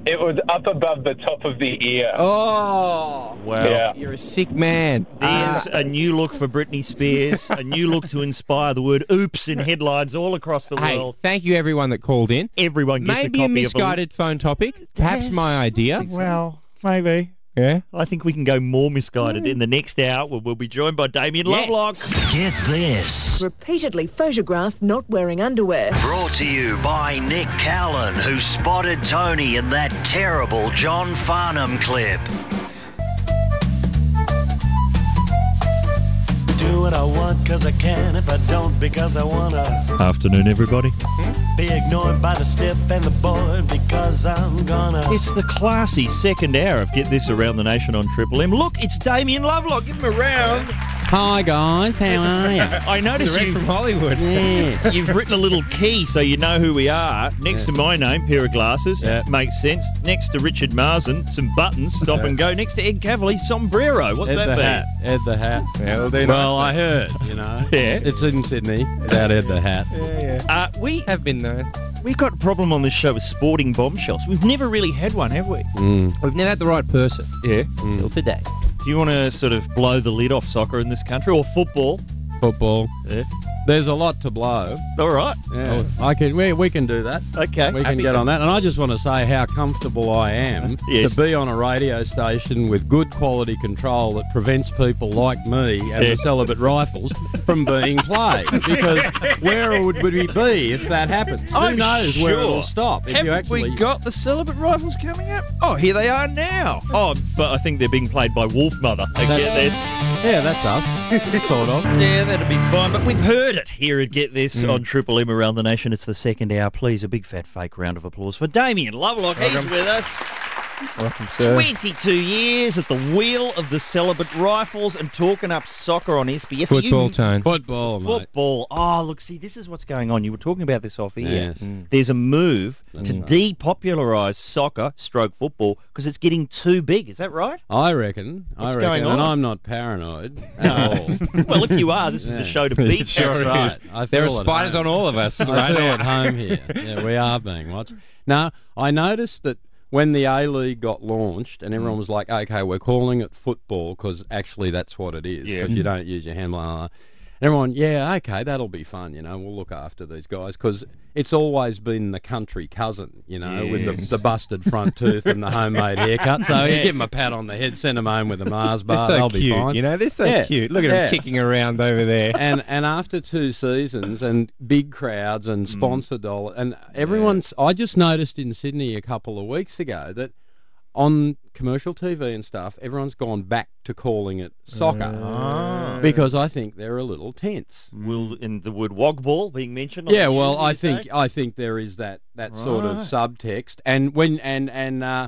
[SPEAKER 19] It was up above the top of the ear.
[SPEAKER 3] Oh,
[SPEAKER 2] Wow.
[SPEAKER 19] Yeah.
[SPEAKER 3] you're a sick man. Ah.
[SPEAKER 2] There's a new look for Britney Spears, a new look to inspire the word oops in headlines all across the
[SPEAKER 3] Hey,
[SPEAKER 2] world.
[SPEAKER 3] thank you everyone that called in.
[SPEAKER 2] Everyone gets a copy
[SPEAKER 3] Maybe a
[SPEAKER 2] of a
[SPEAKER 3] misguided phone topic. Perhaps my idea.
[SPEAKER 2] Well, maybe.
[SPEAKER 3] Yeah. Hmm.
[SPEAKER 2] I think we can go more misguided in the next hour where we'll be joined by Damien
[SPEAKER 14] Yes.
[SPEAKER 2] Lovelock.
[SPEAKER 14] Get this.
[SPEAKER 20] Repeatedly photographed not wearing underwear.
[SPEAKER 14] Brought to you by Nick Cowlan, who spotted Tony in that terrible John Farnham clip.
[SPEAKER 21] Do what I want because I can, if I don't because I wanna.
[SPEAKER 2] Afternoon, everybody.
[SPEAKER 21] Be ignored by the stiff and the bored because I'm gonna.
[SPEAKER 2] It's the classy second hour of Get This Around the Nation on Triple M. Look, it's Damien Lovelock. Give him a round.
[SPEAKER 22] Hi guys, how are you?
[SPEAKER 2] [LAUGHS] I noticed
[SPEAKER 22] Direct
[SPEAKER 2] you
[SPEAKER 22] from
[SPEAKER 3] Hollywood.
[SPEAKER 22] Yeah.
[SPEAKER 2] You've written a little key so you know who we are. Next to my name, pair of glasses. Makes sense. Next to Richard Marsden, some buttons. Stop and go. Next to Ed Cavalier, sombrero. What's
[SPEAKER 22] Ed
[SPEAKER 2] that
[SPEAKER 22] the
[SPEAKER 2] mean?
[SPEAKER 22] Hat. Ed the Hat.
[SPEAKER 3] That'll do
[SPEAKER 22] well,
[SPEAKER 2] nicely.
[SPEAKER 22] I heard, you know.
[SPEAKER 2] Yeah.
[SPEAKER 22] It's in Sydney. That Ed the Hat.
[SPEAKER 3] Yeah,
[SPEAKER 2] yeah. Uh, we
[SPEAKER 3] have been there.
[SPEAKER 2] We've got a problem on this show with sporting bombshells. We've never really had one, have we?
[SPEAKER 22] Hmm.
[SPEAKER 3] We've never had the right person.
[SPEAKER 2] Yeah.
[SPEAKER 3] Till today.
[SPEAKER 2] Do you want to sort of blow the lid off soccer in this country or football?
[SPEAKER 22] Football.
[SPEAKER 2] Yeah.
[SPEAKER 22] There's a lot to blow.
[SPEAKER 2] All right.
[SPEAKER 22] Yeah. I can. We, we can do that.
[SPEAKER 2] Okay.
[SPEAKER 22] We can
[SPEAKER 2] Happy
[SPEAKER 22] get
[SPEAKER 2] to-
[SPEAKER 22] on that. And I just want to say how comfortable I am
[SPEAKER 2] Yes.
[SPEAKER 22] to be on a radio station with good quality control that prevents people like me and
[SPEAKER 2] Yeah.
[SPEAKER 22] the celibate rifles from
[SPEAKER 2] [LAUGHS]
[SPEAKER 22] being played. Because where would we be if that happened?
[SPEAKER 2] I'm
[SPEAKER 22] Who knows where
[SPEAKER 2] sure.
[SPEAKER 22] it'll stop? If you
[SPEAKER 2] Haven't
[SPEAKER 22] actually
[SPEAKER 2] we got the celibate rifles coming up? Oh, here they are now. Oh, but I think they're being played by Wolf Mother. They get this.
[SPEAKER 22] Yeah,
[SPEAKER 3] [LAUGHS]
[SPEAKER 22] that's us. sort of.
[SPEAKER 2] Yeah, that'd be fine. But we've heard it here at Get This
[SPEAKER 3] Mm.
[SPEAKER 2] on Triple M around the nation. It's the second hour. Please, a big fat fake round of applause for Damien Lovelock. He's with us.
[SPEAKER 3] Welcome, sir.
[SPEAKER 2] 22 years at the wheel of the celibate rifles and talking up soccer on SBS. Are
[SPEAKER 3] Football, Tone.
[SPEAKER 2] Football, Football. Oh, look, see, this is what's going on. You were talking about this off here.
[SPEAKER 3] Yes. Mm.
[SPEAKER 2] There's a move to
[SPEAKER 3] right.
[SPEAKER 2] depopularise soccer, stroke football, because it's getting too big. Is that right?
[SPEAKER 22] I reckon.
[SPEAKER 2] What's
[SPEAKER 22] I reckon,
[SPEAKER 2] going
[SPEAKER 22] and
[SPEAKER 2] on?
[SPEAKER 22] I'm not paranoid at
[SPEAKER 2] No.
[SPEAKER 22] all.
[SPEAKER 2] [LAUGHS] well, if you are, this is the show
[SPEAKER 3] [LAUGHS]
[SPEAKER 2] to beat.
[SPEAKER 22] [LAUGHS] That's right. I
[SPEAKER 3] There are
[SPEAKER 22] feel at
[SPEAKER 3] spiders on
[SPEAKER 22] home.
[SPEAKER 3] all of us
[SPEAKER 22] I
[SPEAKER 3] right
[SPEAKER 22] feel
[SPEAKER 3] now.
[SPEAKER 22] at home here. Yeah, we are being watched. Now, I noticed that when the A League got launched, and
[SPEAKER 3] Mm.
[SPEAKER 22] everyone was like, "Okay, we're calling it football because actually that's what it is because you don't use your hand." Blah, blah, blah. And everyone, yeah, okay, that'll be fun. You know, we'll look after these guys because it's always been the country cousin. You know, with
[SPEAKER 3] Yes.
[SPEAKER 22] the, the busted front
[SPEAKER 3] [LAUGHS]
[SPEAKER 22] tooth and the homemade haircut. So you
[SPEAKER 3] Yes.
[SPEAKER 22] give them a pat on the head, send them home with a Mars
[SPEAKER 3] They're
[SPEAKER 22] bar.
[SPEAKER 3] so
[SPEAKER 22] they'll be
[SPEAKER 3] cute,
[SPEAKER 22] fine.
[SPEAKER 3] you know. They're so
[SPEAKER 22] Yeah,
[SPEAKER 3] cute. Look at
[SPEAKER 22] yeah
[SPEAKER 3] them kicking around over there.
[SPEAKER 22] [LAUGHS] and and after two seasons and big crowds
[SPEAKER 3] Mm.
[SPEAKER 22] and sponsor dollar and everyone's I just noticed in Sydney a couple of weeks ago that on commercial TV and stuff everyone's gone back to calling it soccer because I think they're a little tense.
[SPEAKER 2] Ah. Will in the word wog ball being mentioned? on
[SPEAKER 22] Yeah,
[SPEAKER 2] the
[SPEAKER 22] well,
[SPEAKER 2] news,
[SPEAKER 22] I
[SPEAKER 2] you say?
[SPEAKER 22] think I think there is that that sort of
[SPEAKER 2] Right.
[SPEAKER 22] subtext, and when and and uh,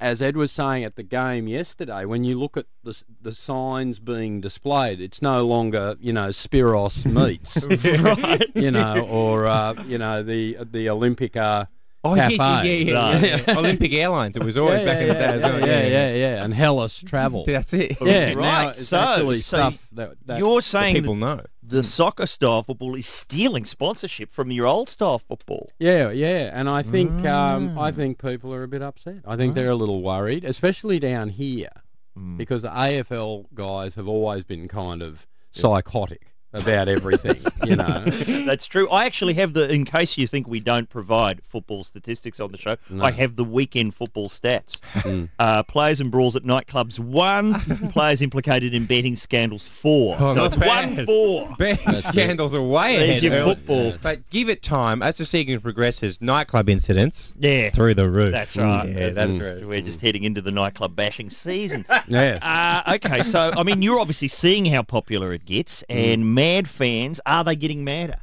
[SPEAKER 22] as Ed was saying at the game yesterday, when you look at the s- the signs being displayed, it's no longer you know Spiros meats,
[SPEAKER 3] Right.
[SPEAKER 22] You know, or uh, you know the the uh, Olympica.
[SPEAKER 3] Oh, yes,
[SPEAKER 22] Cafe.
[SPEAKER 3] yeah, yeah, yeah, yeah.
[SPEAKER 22] [LAUGHS] Right.
[SPEAKER 3] Olympic Airlines, it was always back in the day as well,
[SPEAKER 22] Yeah,
[SPEAKER 3] yeah,
[SPEAKER 22] yeah,
[SPEAKER 3] yeah.
[SPEAKER 22] yeah, yeah, and Hellas Travel.
[SPEAKER 3] [LAUGHS] That's it.
[SPEAKER 22] Yeah,
[SPEAKER 2] right.
[SPEAKER 22] now it's
[SPEAKER 2] so,
[SPEAKER 22] actually
[SPEAKER 2] so
[SPEAKER 22] stuff that, that
[SPEAKER 2] you're saying
[SPEAKER 22] people
[SPEAKER 2] that
[SPEAKER 22] know.
[SPEAKER 2] the soccer style football is stealing sponsorship from your old style football.
[SPEAKER 22] Yeah, yeah, and I think um,
[SPEAKER 3] Mm.
[SPEAKER 22] I think people are a bit upset. I think they're a little worried, especially down here,
[SPEAKER 2] Mm.
[SPEAKER 22] because the AFL guys have always been kind of psychotic about everything. you know,
[SPEAKER 2] [LAUGHS] That's true. I actually have the, in case you think we don't provide football statistics on the show, I have the weekend football stats.
[SPEAKER 22] Hmm.
[SPEAKER 2] Uh, players and brawls at nightclubs,
[SPEAKER 3] [LAUGHS]
[SPEAKER 2] one. players implicated in betting scandals, four.
[SPEAKER 3] Oh,
[SPEAKER 2] so
[SPEAKER 3] not
[SPEAKER 2] it's
[SPEAKER 3] bad.
[SPEAKER 2] one, four.
[SPEAKER 3] Betting scandals are way
[SPEAKER 2] There's
[SPEAKER 3] ahead.
[SPEAKER 2] your
[SPEAKER 3] Earl.
[SPEAKER 2] football.
[SPEAKER 3] But give it time. As the season progresses, nightclub incidents
[SPEAKER 2] yeah.
[SPEAKER 3] through the roof.
[SPEAKER 2] That's right.
[SPEAKER 3] Yeah,
[SPEAKER 2] that's
[SPEAKER 3] that's
[SPEAKER 2] right. We're just heading into the nightclub bashing
[SPEAKER 22] [LAUGHS]
[SPEAKER 2] season.
[SPEAKER 3] Yeah.
[SPEAKER 2] Uh, okay, so I mean, you're obviously seeing how popular it gets,
[SPEAKER 22] Hmm.
[SPEAKER 2] and [LAUGHS] mad fans are they getting madder?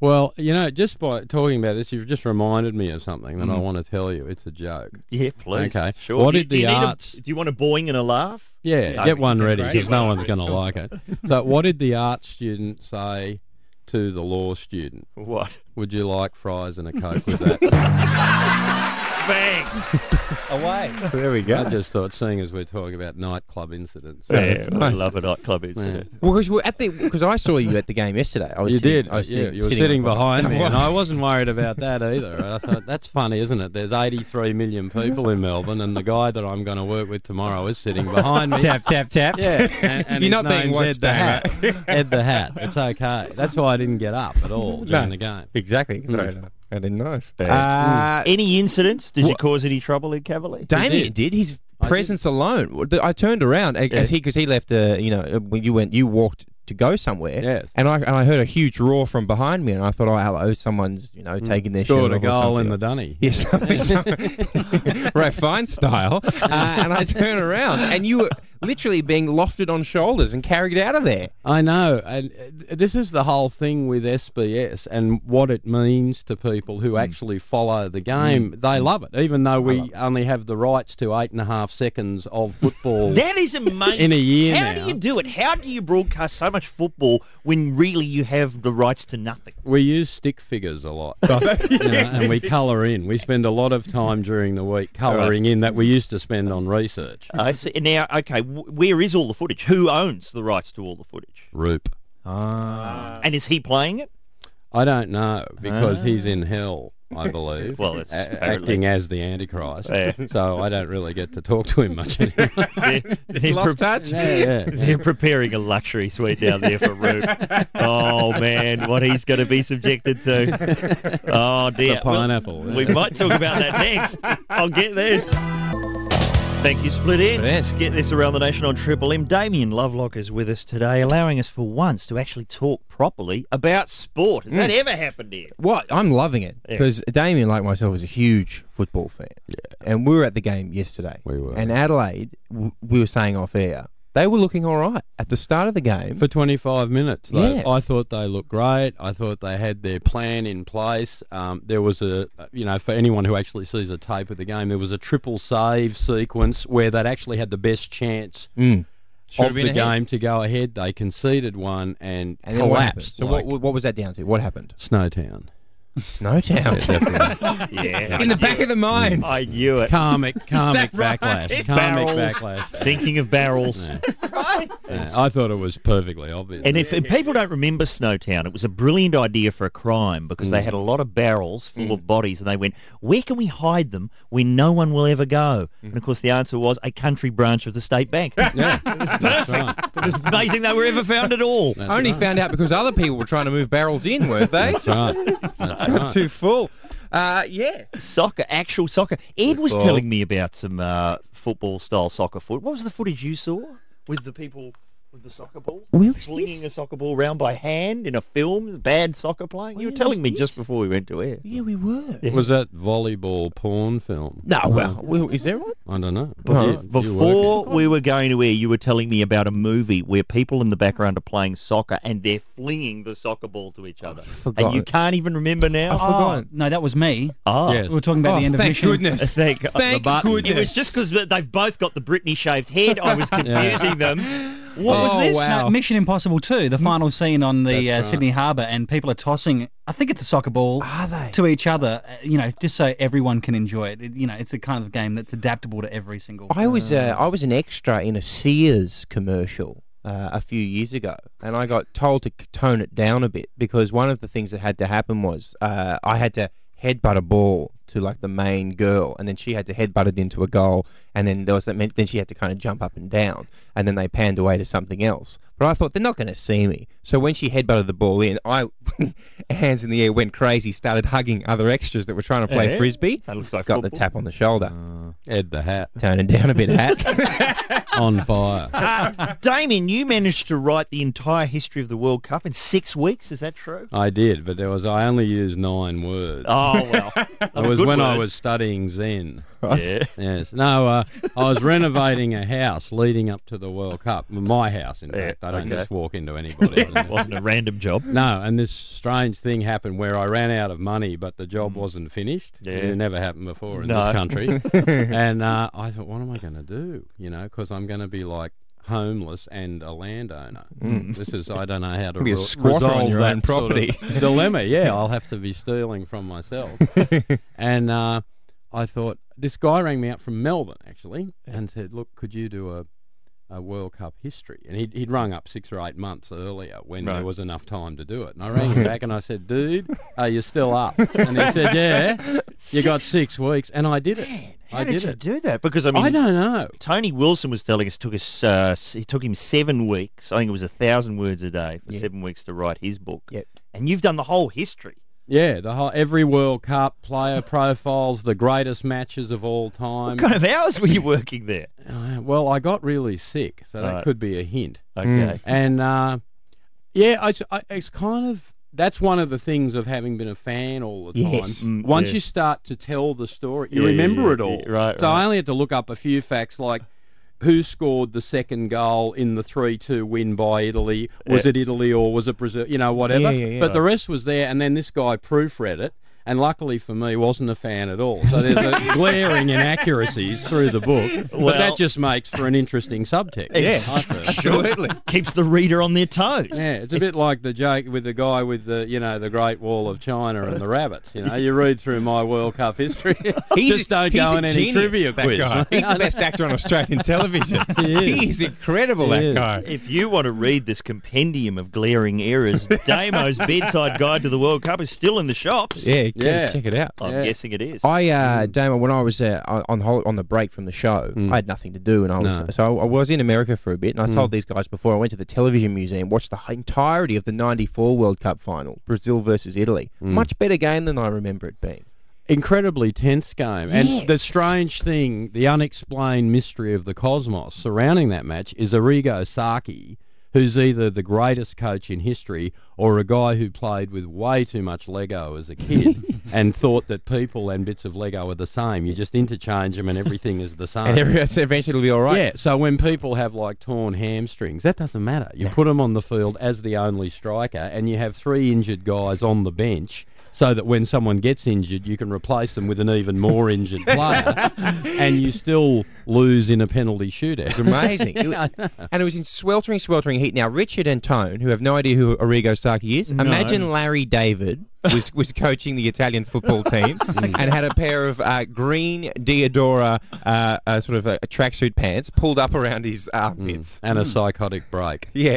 [SPEAKER 22] Well, you know, just by talking about this, you've just reminded me of something that I
[SPEAKER 2] Mm.
[SPEAKER 22] want to tell you. It's a joke.
[SPEAKER 2] Yeah, please.
[SPEAKER 22] Okay.
[SPEAKER 2] Sure.
[SPEAKER 22] What
[SPEAKER 2] Do you-
[SPEAKER 22] did
[SPEAKER 2] do you
[SPEAKER 22] the
[SPEAKER 2] need a-
[SPEAKER 22] arts?
[SPEAKER 2] do you want a boing and a laugh?
[SPEAKER 22] Yeah, get one ready
[SPEAKER 2] Great.
[SPEAKER 22] because no one's going to like it. So, what did the art student say to the law student?
[SPEAKER 2] What?
[SPEAKER 22] Would you like fries and a coke with that?
[SPEAKER 2] [LAUGHS] Bang!
[SPEAKER 3] Away. There we
[SPEAKER 22] I
[SPEAKER 3] go.
[SPEAKER 22] just thought, seeing as we're talking about nightclub incidents,
[SPEAKER 3] Yeah, it's
[SPEAKER 2] I
[SPEAKER 3] nice.
[SPEAKER 2] love a nightclub incident.
[SPEAKER 3] Well, because we're at the because I saw you at the game yesterday. I was
[SPEAKER 22] you
[SPEAKER 3] sitting-
[SPEAKER 22] did.
[SPEAKER 3] I was
[SPEAKER 22] yeah,
[SPEAKER 3] sitting,
[SPEAKER 22] you were sitting
[SPEAKER 3] on-
[SPEAKER 22] behind me,
[SPEAKER 3] [LAUGHS]
[SPEAKER 22] and
[SPEAKER 3] was.
[SPEAKER 22] I wasn't worried about that either. I thought that's funny, isn't it? There's 83 million people in Melbourne, and the guy that I'm going to work with tomorrow is sitting behind me.
[SPEAKER 3] Tap, tap, tap.
[SPEAKER 22] Yeah,
[SPEAKER 3] [LAUGHS]
[SPEAKER 22] and, and
[SPEAKER 3] You're
[SPEAKER 22] his
[SPEAKER 3] not being
[SPEAKER 22] name's
[SPEAKER 3] watched,
[SPEAKER 22] Ed the Hat.
[SPEAKER 3] [LAUGHS]
[SPEAKER 22] Ed the Hat. It's okay. That's why I didn't get up at all during
[SPEAKER 3] No,
[SPEAKER 22] the game.
[SPEAKER 3] Exactly. 'cause I,
[SPEAKER 22] Mm.
[SPEAKER 3] I didn't know.
[SPEAKER 22] Yeah.
[SPEAKER 3] Uh,
[SPEAKER 2] Any incidents? Did you
[SPEAKER 3] Wha-
[SPEAKER 2] cause any trouble in Cavalier?
[SPEAKER 3] Damien did. His presence alone. w- th- I turned around a- as he because he left. Uh, you know, uh, when you went, you walked to go somewhere.
[SPEAKER 22] Yes.
[SPEAKER 3] And I and I heard a huge roar from behind me, and I thought, oh hello, someone's you know taking their
[SPEAKER 22] Scored
[SPEAKER 3] shirt
[SPEAKER 22] a
[SPEAKER 3] off or
[SPEAKER 22] goal in
[SPEAKER 3] something.
[SPEAKER 22] Mm. the dunny.
[SPEAKER 3] [LAUGHS] Yes, something- something- [LAUGHS] Ray Fine style. Uh, and I turn around, and you were literally being lofted on shoulders and carried out of there.
[SPEAKER 22] I know, and uh, this is the whole thing with SBS and what it means to people
[SPEAKER 2] Hmm.
[SPEAKER 22] who actually follow the game. They love it, even though we only have the rights to eight and a half seconds
[SPEAKER 2] [LAUGHS]
[SPEAKER 22] of football.
[SPEAKER 2] That is amazing.
[SPEAKER 22] In a year
[SPEAKER 2] How
[SPEAKER 22] now.
[SPEAKER 2] do you do it? How do you broadcast so much football when really you have the rights to nothing?
[SPEAKER 22] We use stick figures a lot, [LAUGHS] you know,
[SPEAKER 2] [LAUGHS]
[SPEAKER 22] and we colour in. We spend a lot of time during the week colouring in that we used to spend on research.
[SPEAKER 2] I see. Now, okay, wh- where is all the footage? Who owns the rights to all the footage? Ah.
[SPEAKER 22] Roop.
[SPEAKER 2] And is he playing it?
[SPEAKER 22] I don't know uh, because he's in hell, I believe.
[SPEAKER 2] Ah. Well, it's
[SPEAKER 22] a-
[SPEAKER 2] apparently-
[SPEAKER 22] acting as the Antichrist.
[SPEAKER 2] Yeah.
[SPEAKER 22] So I don't really get to talk to him
[SPEAKER 2] [LAUGHS]
[SPEAKER 22] much anymore.
[SPEAKER 2] Lost
[SPEAKER 3] touch?
[SPEAKER 22] Yeah, yeah,
[SPEAKER 3] [LAUGHS]
[SPEAKER 22] yeah.
[SPEAKER 2] [LAUGHS] They're preparing a luxury suite down there for Rube. oh man, what he's going to be subjected to! Oh dear,
[SPEAKER 22] The pineapple,
[SPEAKER 2] Well,
[SPEAKER 22] yeah.
[SPEAKER 2] We might talk about that next. I'll get this. Thank you, Split Ends. Let's get this around the nation on Triple M. Damien Lovelock is with us today, allowing us for once to actually talk properly about sport. Has that
[SPEAKER 22] Hmm.
[SPEAKER 3] Mm.
[SPEAKER 2] ever happened here?
[SPEAKER 3] What I'm loving it
[SPEAKER 2] Yeah.
[SPEAKER 3] because Damien, like myself, is a huge football fan. Yeah. And we were at the game yesterday. We were. And Adelaide, w- we were saying off air, They were looking all right at the start of the game.
[SPEAKER 22] For 25 minutes, though,
[SPEAKER 3] Yeah.
[SPEAKER 22] I thought they looked great. I thought they had their plan in place. Um, there was a, you know, for anyone who actually sees a tape of the game, there was a triple save sequence where they'd actually had the best chance
[SPEAKER 3] Mm. Should've
[SPEAKER 22] of
[SPEAKER 3] been
[SPEAKER 22] the
[SPEAKER 3] ahead.
[SPEAKER 22] game to go ahead. They conceded one and,
[SPEAKER 3] And then what happened?
[SPEAKER 22] collapsed.
[SPEAKER 3] So what, what was that down to? What happened?
[SPEAKER 22] Snowtown.
[SPEAKER 3] Snowtown.
[SPEAKER 22] Yeah, definitely.
[SPEAKER 3] [LAUGHS]
[SPEAKER 2] Yeah.
[SPEAKER 3] In the back of the mines.
[SPEAKER 2] I knew it.
[SPEAKER 22] Karmic, karmic
[SPEAKER 2] right?
[SPEAKER 22] backlash. Karmic
[SPEAKER 2] Barrels.
[SPEAKER 22] backlash.
[SPEAKER 2] Thinking of barrels. [LAUGHS]
[SPEAKER 22] Yeah. Yeah, I thought it was perfectly obvious.
[SPEAKER 2] And if and people don't remember Snowtown, it was a brilliant idea for a crime because they
[SPEAKER 22] Mm.
[SPEAKER 2] had a lot of barrels full of bodies and they went, where can we hide them where no one will ever go? And of course, the answer was a country branch of the state bank.
[SPEAKER 22] Mm. [LAUGHS]
[SPEAKER 2] [LAUGHS]
[SPEAKER 22] Yeah.
[SPEAKER 2] it was perfect. [LAUGHS] It was amazing they were ever found at all.
[SPEAKER 3] Only found out because other people were trying to move barrels in, weren't they?
[SPEAKER 22] That's right.
[SPEAKER 3] Got
[SPEAKER 2] right.
[SPEAKER 3] [LAUGHS] too full. Uh, yeah. Oh,
[SPEAKER 2] Soccer, actual soccer. Ed was
[SPEAKER 3] Football.
[SPEAKER 2] telling me about some uh, football style soccer foot. What was the footage you saw with the people with the soccer ball?
[SPEAKER 3] Where
[SPEAKER 2] was Flinging a soccer ball round by hand in a film, bad soccer playing. you were telling me just before we went to air.
[SPEAKER 3] Yeah, we were.
[SPEAKER 22] Was that volleyball porn film?
[SPEAKER 3] No, well, well, is there one?
[SPEAKER 22] I don't know.
[SPEAKER 2] Before,
[SPEAKER 22] You- you work
[SPEAKER 2] before we were going to air, you were telling me about a movie where people in the background are playing soccer and they're flinging the soccer ball to each other.
[SPEAKER 7] forgotten.
[SPEAKER 2] and you can't even remember now.
[SPEAKER 7] Oh, no, that was me.
[SPEAKER 3] Ah.
[SPEAKER 2] Oh.
[SPEAKER 7] We were talking about the end of mission. [LAUGHS]
[SPEAKER 2] [LAUGHS] Thank, It was just because they've both got the Britney shaved head. I was confusing them. What
[SPEAKER 22] Oh,
[SPEAKER 2] was
[SPEAKER 3] Oh,
[SPEAKER 2] this?
[SPEAKER 7] No, Mission Impossible 2, the final scene on the uh, Sydney Harbour, and people are tossing, I think it's a soccer ball, to each other, uh, you know, just so everyone can enjoy it. It- You know, it's a kind of game that's adaptable to every single.
[SPEAKER 3] I was uh, I was an extra in a Sears commercial uh, a few years ago, and I got told to c- tone it down a bit because one of the things that had to happen was uh, I had to headbutt a ball to like the main girl, and then she had to headbutt it into a goal, and then there was that meant then she had to kind of jump up and down, and then they panned away to something else. But I thought they're not going to see me, so when she headbutted the ball in, I [LAUGHS] hands in the air went crazy, started hugging other extras that were trying to play
[SPEAKER 22] Yeah.
[SPEAKER 3] frisbee.
[SPEAKER 22] That looks like
[SPEAKER 3] got the
[SPEAKER 22] football.
[SPEAKER 3] tap on the shoulder.
[SPEAKER 22] Ed the hat.
[SPEAKER 3] Turning down a bit of hat.
[SPEAKER 22] [LAUGHS] on fire.
[SPEAKER 2] Uh, Damien, you managed to write the entire history of the World Cup in six weeks. Is that true?
[SPEAKER 22] I did, but there was I only used nine words. [LAUGHS]
[SPEAKER 2] Oh, well.
[SPEAKER 22] it was
[SPEAKER 2] Good
[SPEAKER 22] when I
[SPEAKER 2] words.
[SPEAKER 22] was studying Zen. [LAUGHS]
[SPEAKER 2] Right. Yeah.
[SPEAKER 22] Yes. No, uh, I was renovating a house leading up to the World Cup. My house, in fact. I don't
[SPEAKER 2] okay.
[SPEAKER 22] just walk into
[SPEAKER 2] [LAUGHS]
[SPEAKER 22] anybody.
[SPEAKER 2] It wasn't a random job.
[SPEAKER 22] No, and this strange thing happened where I ran out of money, but the job wasn't finished.
[SPEAKER 2] Mm. Yeah.
[SPEAKER 22] It never happened before in
[SPEAKER 2] No.
[SPEAKER 22] this
[SPEAKER 2] [LAUGHS]
[SPEAKER 22] country. and uh, I thought, what am I going to do? You know, because I'm going to be like homeless and a landowner.
[SPEAKER 3] Mm.
[SPEAKER 22] This is, I don't know how to
[SPEAKER 3] Be a
[SPEAKER 22] re-
[SPEAKER 3] squatter on
[SPEAKER 22] resolve
[SPEAKER 3] your
[SPEAKER 22] that
[SPEAKER 3] own
[SPEAKER 22] sort of
[SPEAKER 3] property.
[SPEAKER 2] [LAUGHS]
[SPEAKER 22] dilemma. Yeah, I'll have to be stealing from myself. and uh, I thought, this guy rang me up from Melbourne, actually, and said, look, could you do a a World Cup history. And he'd, he'd rung up six or eight months earlier when
[SPEAKER 3] Right.
[SPEAKER 22] there was enough time to do it. And I rang
[SPEAKER 2] [LAUGHS]
[SPEAKER 22] him back and I said, dude, are you still up? And he said, yeah, you got six weeks. And I did it.
[SPEAKER 2] How
[SPEAKER 22] I
[SPEAKER 2] did,
[SPEAKER 22] did,
[SPEAKER 2] you
[SPEAKER 22] it.
[SPEAKER 2] do that? Because I mean,
[SPEAKER 22] I don't know.
[SPEAKER 2] Tony Wilson was telling us it took us uh, s- it took him seven weeks. I think it was a thousand words a day for
[SPEAKER 22] Yeah.
[SPEAKER 2] seven weeks to write his book.
[SPEAKER 3] Yep.
[SPEAKER 2] And you've done the whole history.
[SPEAKER 22] Yeah, the whole every World Cup
[SPEAKER 3] [LAUGHS]
[SPEAKER 22] player profiles, the greatest matches of all time.
[SPEAKER 2] What kind of hours were you working there?
[SPEAKER 22] Uh, well, I got really sick, so that
[SPEAKER 2] Right.
[SPEAKER 22] could be a hint.
[SPEAKER 2] Okay. Mm.
[SPEAKER 22] And uh, yeah, I s I it's kind of that's one of the things of having been a fan all the time.
[SPEAKER 3] Yes. Mm,
[SPEAKER 22] Once
[SPEAKER 3] yeah.
[SPEAKER 22] you start to tell the story, you
[SPEAKER 3] Yeah,
[SPEAKER 22] remember
[SPEAKER 3] yeah,
[SPEAKER 22] it all.
[SPEAKER 3] yeah, right,
[SPEAKER 22] So
[SPEAKER 3] right.
[SPEAKER 22] I only had to look up a few facts like. Who scored the second goal in the 3 2 win by Italy? Was
[SPEAKER 3] Yeah.
[SPEAKER 22] it Italy or was it Brazil? You know, whatever.
[SPEAKER 3] Yeah, yeah, yeah.
[SPEAKER 22] but the rest was there, and then this guy proofread it, and luckily for me, wasn't a fan at all. So there's
[SPEAKER 3] [LAUGHS]
[SPEAKER 22] a glaring inaccuracies through the book, but
[SPEAKER 2] Well-
[SPEAKER 22] that just makes for an interesting subtext.
[SPEAKER 2] It's-
[SPEAKER 22] I
[SPEAKER 2] [LAUGHS]
[SPEAKER 22] think.
[SPEAKER 2] absolutely. Keeps the reader on their toes.
[SPEAKER 22] Yeah, it's a bit like the joke with the guy with the you know the Great Wall of China and the rabbits. You know, you read through my World Cup history.
[SPEAKER 3] He's-
[SPEAKER 22] [LAUGHS] just don't
[SPEAKER 3] he's
[SPEAKER 22] go
[SPEAKER 3] a
[SPEAKER 22] in any
[SPEAKER 3] genius,
[SPEAKER 22] trivia
[SPEAKER 3] that
[SPEAKER 22] quiz. [LAUGHS]
[SPEAKER 3] guy. He's the best actor on Australian television. He is incredible, that guy.
[SPEAKER 2] If you want to read this compendium of glaring
[SPEAKER 3] [LAUGHS]
[SPEAKER 2] errors, Damo's Bedside Guide to the World Cup is still in the shops.
[SPEAKER 3] Yeah, get it- check it out.
[SPEAKER 2] I'm guessing it is.
[SPEAKER 3] I, uh, Damo, when I was uh, on on hol- on the break from the show, I had nothing to do, and I was
[SPEAKER 22] Mm. No.
[SPEAKER 3] so I, I was in America for a bit, and I
[SPEAKER 22] Mm.
[SPEAKER 3] told these guys before I went to the television museum, watched the h- entirety of the '94 World Cup final, Brazil versus Italy.
[SPEAKER 22] Mm.
[SPEAKER 3] Much better game than I remember it being.
[SPEAKER 22] incredibly tense game.
[SPEAKER 3] Yeah.
[SPEAKER 22] And the strange thing, the unexplained mystery of the cosmos surrounding that match is Arrigo Saki, who's either the greatest coach in history or a guy who played with way too much Lego as a kid and thought that people and bits of Lego are the same. You just interchange them and everything is the same.
[SPEAKER 3] And [LAUGHS] every- so eventually it'll be all right.
[SPEAKER 22] Yeah. So when people have like torn hamstrings, that doesn't matter. You put them on the field as the only striker, and you have three injured guys on the bench. So that when someone gets injured, you can replace them with an even more injured
[SPEAKER 3] [LAUGHS]
[SPEAKER 22] player, and you still lose in a penalty shootout. It's [LAUGHS]
[SPEAKER 3] amazing. It was- and it was in sweltering, sweltering heat. Now, Richard and Tone, who have no idea who Arrigo Sacchi is,
[SPEAKER 22] No.
[SPEAKER 3] imagine Larry David was, was coaching the Italian football
[SPEAKER 22] [LAUGHS]
[SPEAKER 3] team
[SPEAKER 22] Mm.
[SPEAKER 3] and had a pair of uh, green Diodora uh, uh, sort of uh, tracksuit pants pulled up around his armpits.
[SPEAKER 22] Mm. and a psychotic
[SPEAKER 2] [LAUGHS]
[SPEAKER 22] break.
[SPEAKER 3] Yeah.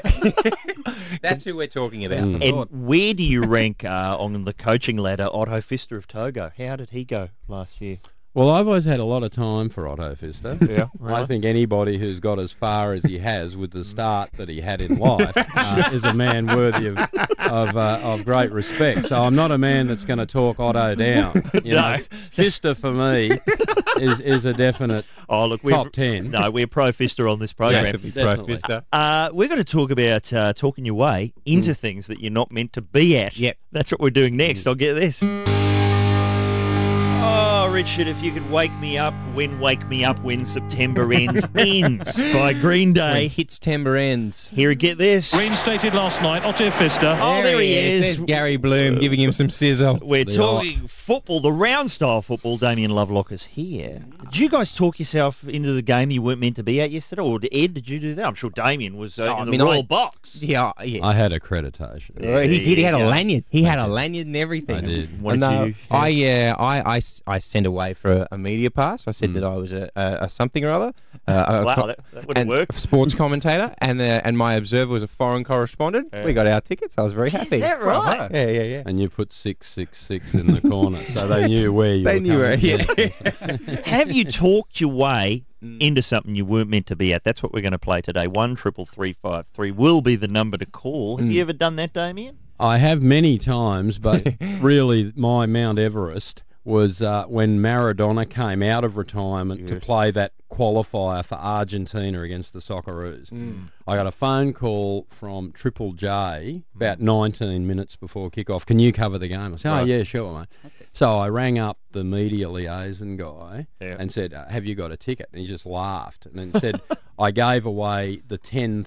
[SPEAKER 3] That's who we're talking about.
[SPEAKER 22] Mm.
[SPEAKER 2] And where do you rank uh, on the coaching ladder, Otto Fister of Togo? How did he go last year?
[SPEAKER 22] Well, I've always had a lot of time for Otto Fister.
[SPEAKER 2] [LAUGHS] Yeah,
[SPEAKER 22] I
[SPEAKER 2] really?
[SPEAKER 22] think anybody who's got as far as he has with the start that he had
[SPEAKER 2] [LAUGHS]
[SPEAKER 22] in life uh, is a man worthy of of, uh, of great respect. So I'm not a man that's going to talk Otto down.
[SPEAKER 2] [LAUGHS]
[SPEAKER 22] You
[SPEAKER 2] No.
[SPEAKER 22] know, Fister for me is is a definite
[SPEAKER 2] oh, look,
[SPEAKER 22] top ten.
[SPEAKER 2] No, we're pro Fister on this program.
[SPEAKER 22] Massively pro Definitely. Fister.
[SPEAKER 2] Uh, we're going to talk about uh, talking your way into
[SPEAKER 22] Mm.
[SPEAKER 2] things that you're not meant to be at. Yep. That's what we're doing next. I'll get this. Oh, Richard, if you could wake me up when Wake Me Up When September
[SPEAKER 22] [LAUGHS]
[SPEAKER 2] Ends ends by Green Day.
[SPEAKER 3] When hits Timber ends.
[SPEAKER 2] Here, get this.
[SPEAKER 1] Reinstated last night, Otto Fister.
[SPEAKER 2] Oh, there he is. Uh,
[SPEAKER 3] There's Gary Bloom giving him some sizzle.
[SPEAKER 2] [LAUGHS] We're talking football, the round style football. Damien Lovelock is here. Did you guys talk yourself into the game you weren't meant to be at yesterday, or did Ed? Did you do that? I'm sure Damien was uh,
[SPEAKER 3] Oh, I
[SPEAKER 2] in the
[SPEAKER 3] mean,
[SPEAKER 2] royal
[SPEAKER 3] I-
[SPEAKER 2] box.
[SPEAKER 3] Yeah, yeah.
[SPEAKER 22] I had accreditation.
[SPEAKER 3] Yeah, he did. He had a
[SPEAKER 2] Yeah.
[SPEAKER 3] lanyard. He had a lanyard and everything.
[SPEAKER 22] I did.
[SPEAKER 2] What
[SPEAKER 3] And,
[SPEAKER 2] did
[SPEAKER 3] uh,
[SPEAKER 2] you-
[SPEAKER 3] I yeah. I, I s- I sent away for a, a media pass. I
[SPEAKER 2] Mm.
[SPEAKER 3] said that I was a, a, a something or other. Uh, a- a
[SPEAKER 2] Wow,
[SPEAKER 3] co-
[SPEAKER 2] that- that would've
[SPEAKER 3] and
[SPEAKER 2] worked.
[SPEAKER 3] A sports commentator, and the, and my observer was a foreign correspondent. We got our tickets. I was very happy. Uh-huh.
[SPEAKER 2] that right?
[SPEAKER 3] Yeah, yeah, yeah.
[SPEAKER 22] And you put six six six in the corner, so they knew where you.
[SPEAKER 3] They
[SPEAKER 22] were
[SPEAKER 3] knew
[SPEAKER 22] coming
[SPEAKER 3] where-
[SPEAKER 22] from. [LAUGHS]
[SPEAKER 2] Have
[SPEAKER 3] [LAUGHS]
[SPEAKER 2] you talked your way
[SPEAKER 3] Mm.
[SPEAKER 2] into something you weren't meant to be at? That's what we're going to play today. One triple three five three will be the number to call. Have
[SPEAKER 22] Mm.
[SPEAKER 2] you ever done that, Damien?
[SPEAKER 22] I have many times,
[SPEAKER 5] [LAUGHS]
[SPEAKER 22] but really, my Mount Everest was uh, when Maradona came out of retirement to play that qualifier for Argentina against the Socceroos.
[SPEAKER 5] Mm.
[SPEAKER 22] I got a phone call from Triple J about 19 minutes before kickoff. Can you cover the game? I said, Oh,
[SPEAKER 5] Right.
[SPEAKER 22] yeah, sure, mate. So I rang up the media liaison guy and said, uh, Have you got a ticket? And he just laughed and
[SPEAKER 5] [LAUGHS]
[SPEAKER 22] then said, I gave away the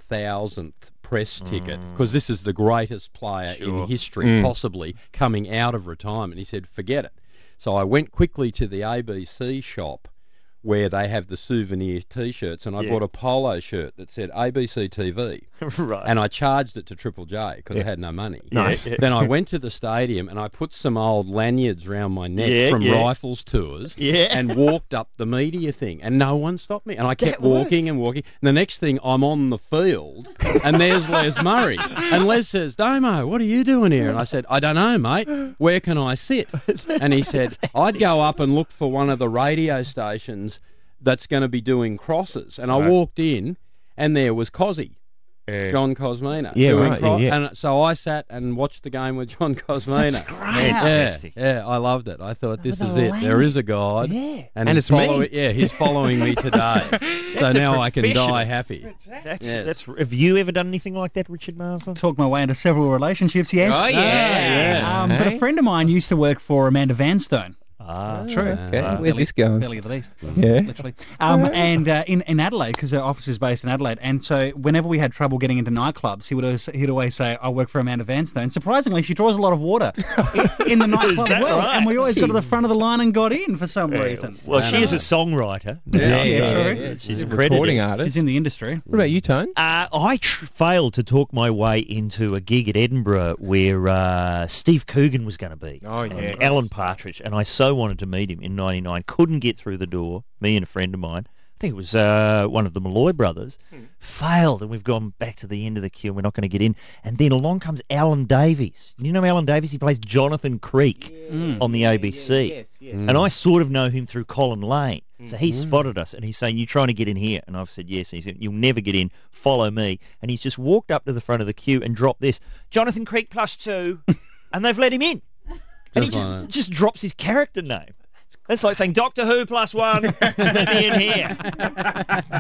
[SPEAKER 22] 10,000th press ticket
[SPEAKER 5] Mm.
[SPEAKER 22] because this is the greatest player
[SPEAKER 5] Sure.
[SPEAKER 22] uh, in history,
[SPEAKER 5] Mm.
[SPEAKER 22] possibly coming out of retirement. He said, Forget it. So I went quickly to the ABC shop where they have the souvenir t shirts and I
[SPEAKER 5] Yeah.
[SPEAKER 22] bought a polo shirt that said
[SPEAKER 5] [LAUGHS]
[SPEAKER 22] ABC TV.
[SPEAKER 2] Right.
[SPEAKER 22] And I charged it to Triple J because
[SPEAKER 5] Yeah.
[SPEAKER 22] I had no money.
[SPEAKER 5] [LAUGHS] Nice. Yeah.
[SPEAKER 22] [LAUGHS] then I went to the stadium and I put some old lanyards round my neck
[SPEAKER 5] Yeah,
[SPEAKER 22] from
[SPEAKER 5] yeah.
[SPEAKER 22] rifles tours
[SPEAKER 5] [LAUGHS] Yeah.
[SPEAKER 22] and walked up the media thing and no one stopped me. And I kept
[SPEAKER 5] That worked.
[SPEAKER 22] walking and walking. And the next thing I'm on the field and there's Les Murray. And Les says, Damo, what are you doing here? And I said, I don't know, mate. Where can I sit? And he said, I'd go up and look for one of the radio stations that's going to be doing crosses. And I
[SPEAKER 5] Right.
[SPEAKER 22] walked in and there was Cosy. John Cosmina.
[SPEAKER 5] Yeah,
[SPEAKER 22] doing
[SPEAKER 5] right, yeah, yeah.
[SPEAKER 22] And so I sat and watched the game with John Cosmina.
[SPEAKER 5] That's great. Fantastic.
[SPEAKER 22] Yeah, yeah, I loved it. I thought this
[SPEAKER 5] With
[SPEAKER 22] is
[SPEAKER 5] the
[SPEAKER 22] it. There is a
[SPEAKER 5] language.
[SPEAKER 22] God.
[SPEAKER 5] Yeah. And
[SPEAKER 22] And, he's
[SPEAKER 5] it's me.
[SPEAKER 22] follow- Yeah, he's following me
[SPEAKER 5] [LAUGHS]
[SPEAKER 22] today. so
[SPEAKER 2] That's a
[SPEAKER 22] now I can die
[SPEAKER 2] professional.
[SPEAKER 22] happy.
[SPEAKER 2] That's,
[SPEAKER 22] Yes.
[SPEAKER 2] that's. Have you ever done anything like that, Richard Marsden?
[SPEAKER 7] Talk my way into several relationships, yes. Ah,
[SPEAKER 2] Oh, yes.
[SPEAKER 7] Um, But
[SPEAKER 2] Hey.
[SPEAKER 7] a friend of mine used to work for Amanda Vanstone.
[SPEAKER 2] Ah,
[SPEAKER 3] True. Okay. Where's this going?
[SPEAKER 7] Belly of the Beast.
[SPEAKER 3] Yeah.
[SPEAKER 7] Literally. Um,
[SPEAKER 3] Alright.
[SPEAKER 7] and uh, in, in Adelaide, because her office is based in Adelaide. And so whenever we had trouble getting into nightclubs, he would always, he'd always say, I work for Amanda Vanstone. Surprisingly, she draws a lot of water i- in the nightclub
[SPEAKER 2] that
[SPEAKER 7] world. And we
[SPEAKER 2] right?
[SPEAKER 7] always got to the
[SPEAKER 2] She-
[SPEAKER 7] front of the line and got in for some reason.
[SPEAKER 2] Well, she is a songwriter.
[SPEAKER 7] Yeah, yeah,
[SPEAKER 2] so
[SPEAKER 7] true.
[SPEAKER 2] She's
[SPEAKER 7] She's a
[SPEAKER 2] a
[SPEAKER 7] recording artist. She's in the industry.
[SPEAKER 3] What about you, Tone?
[SPEAKER 2] Uh, I tr- failed to talk my way into a gig at Edinburgh where uh, Steve Coogan was going to be.
[SPEAKER 3] Oh,
[SPEAKER 2] and
[SPEAKER 3] yeah.
[SPEAKER 2] Alan Partridge, and I so wanted to meet him in '99. Couldn't get through the door. Me and a friend of mine. I think it was uh, one of the Malloy brothers failed, and we've gone back to the end of the queue. and We're not going to get in. And then along comes Alan Davies. You know Alan Davies? He plays Jonathan Creek on the ABC. And I sort of know him through Colin Lane. So he spotted us and he's saying, You trying to get in here? And I've said, Yes. And he said, You'll never get in. Follow me. And he's just walked up to the front of the queue and dropped this Jonathan Creek plus two. and they've let him in. and he
[SPEAKER 22] Just
[SPEAKER 2] just,
[SPEAKER 22] like that.
[SPEAKER 2] just drops his character name. That's like saying Doctor Who plus one. Let me in here.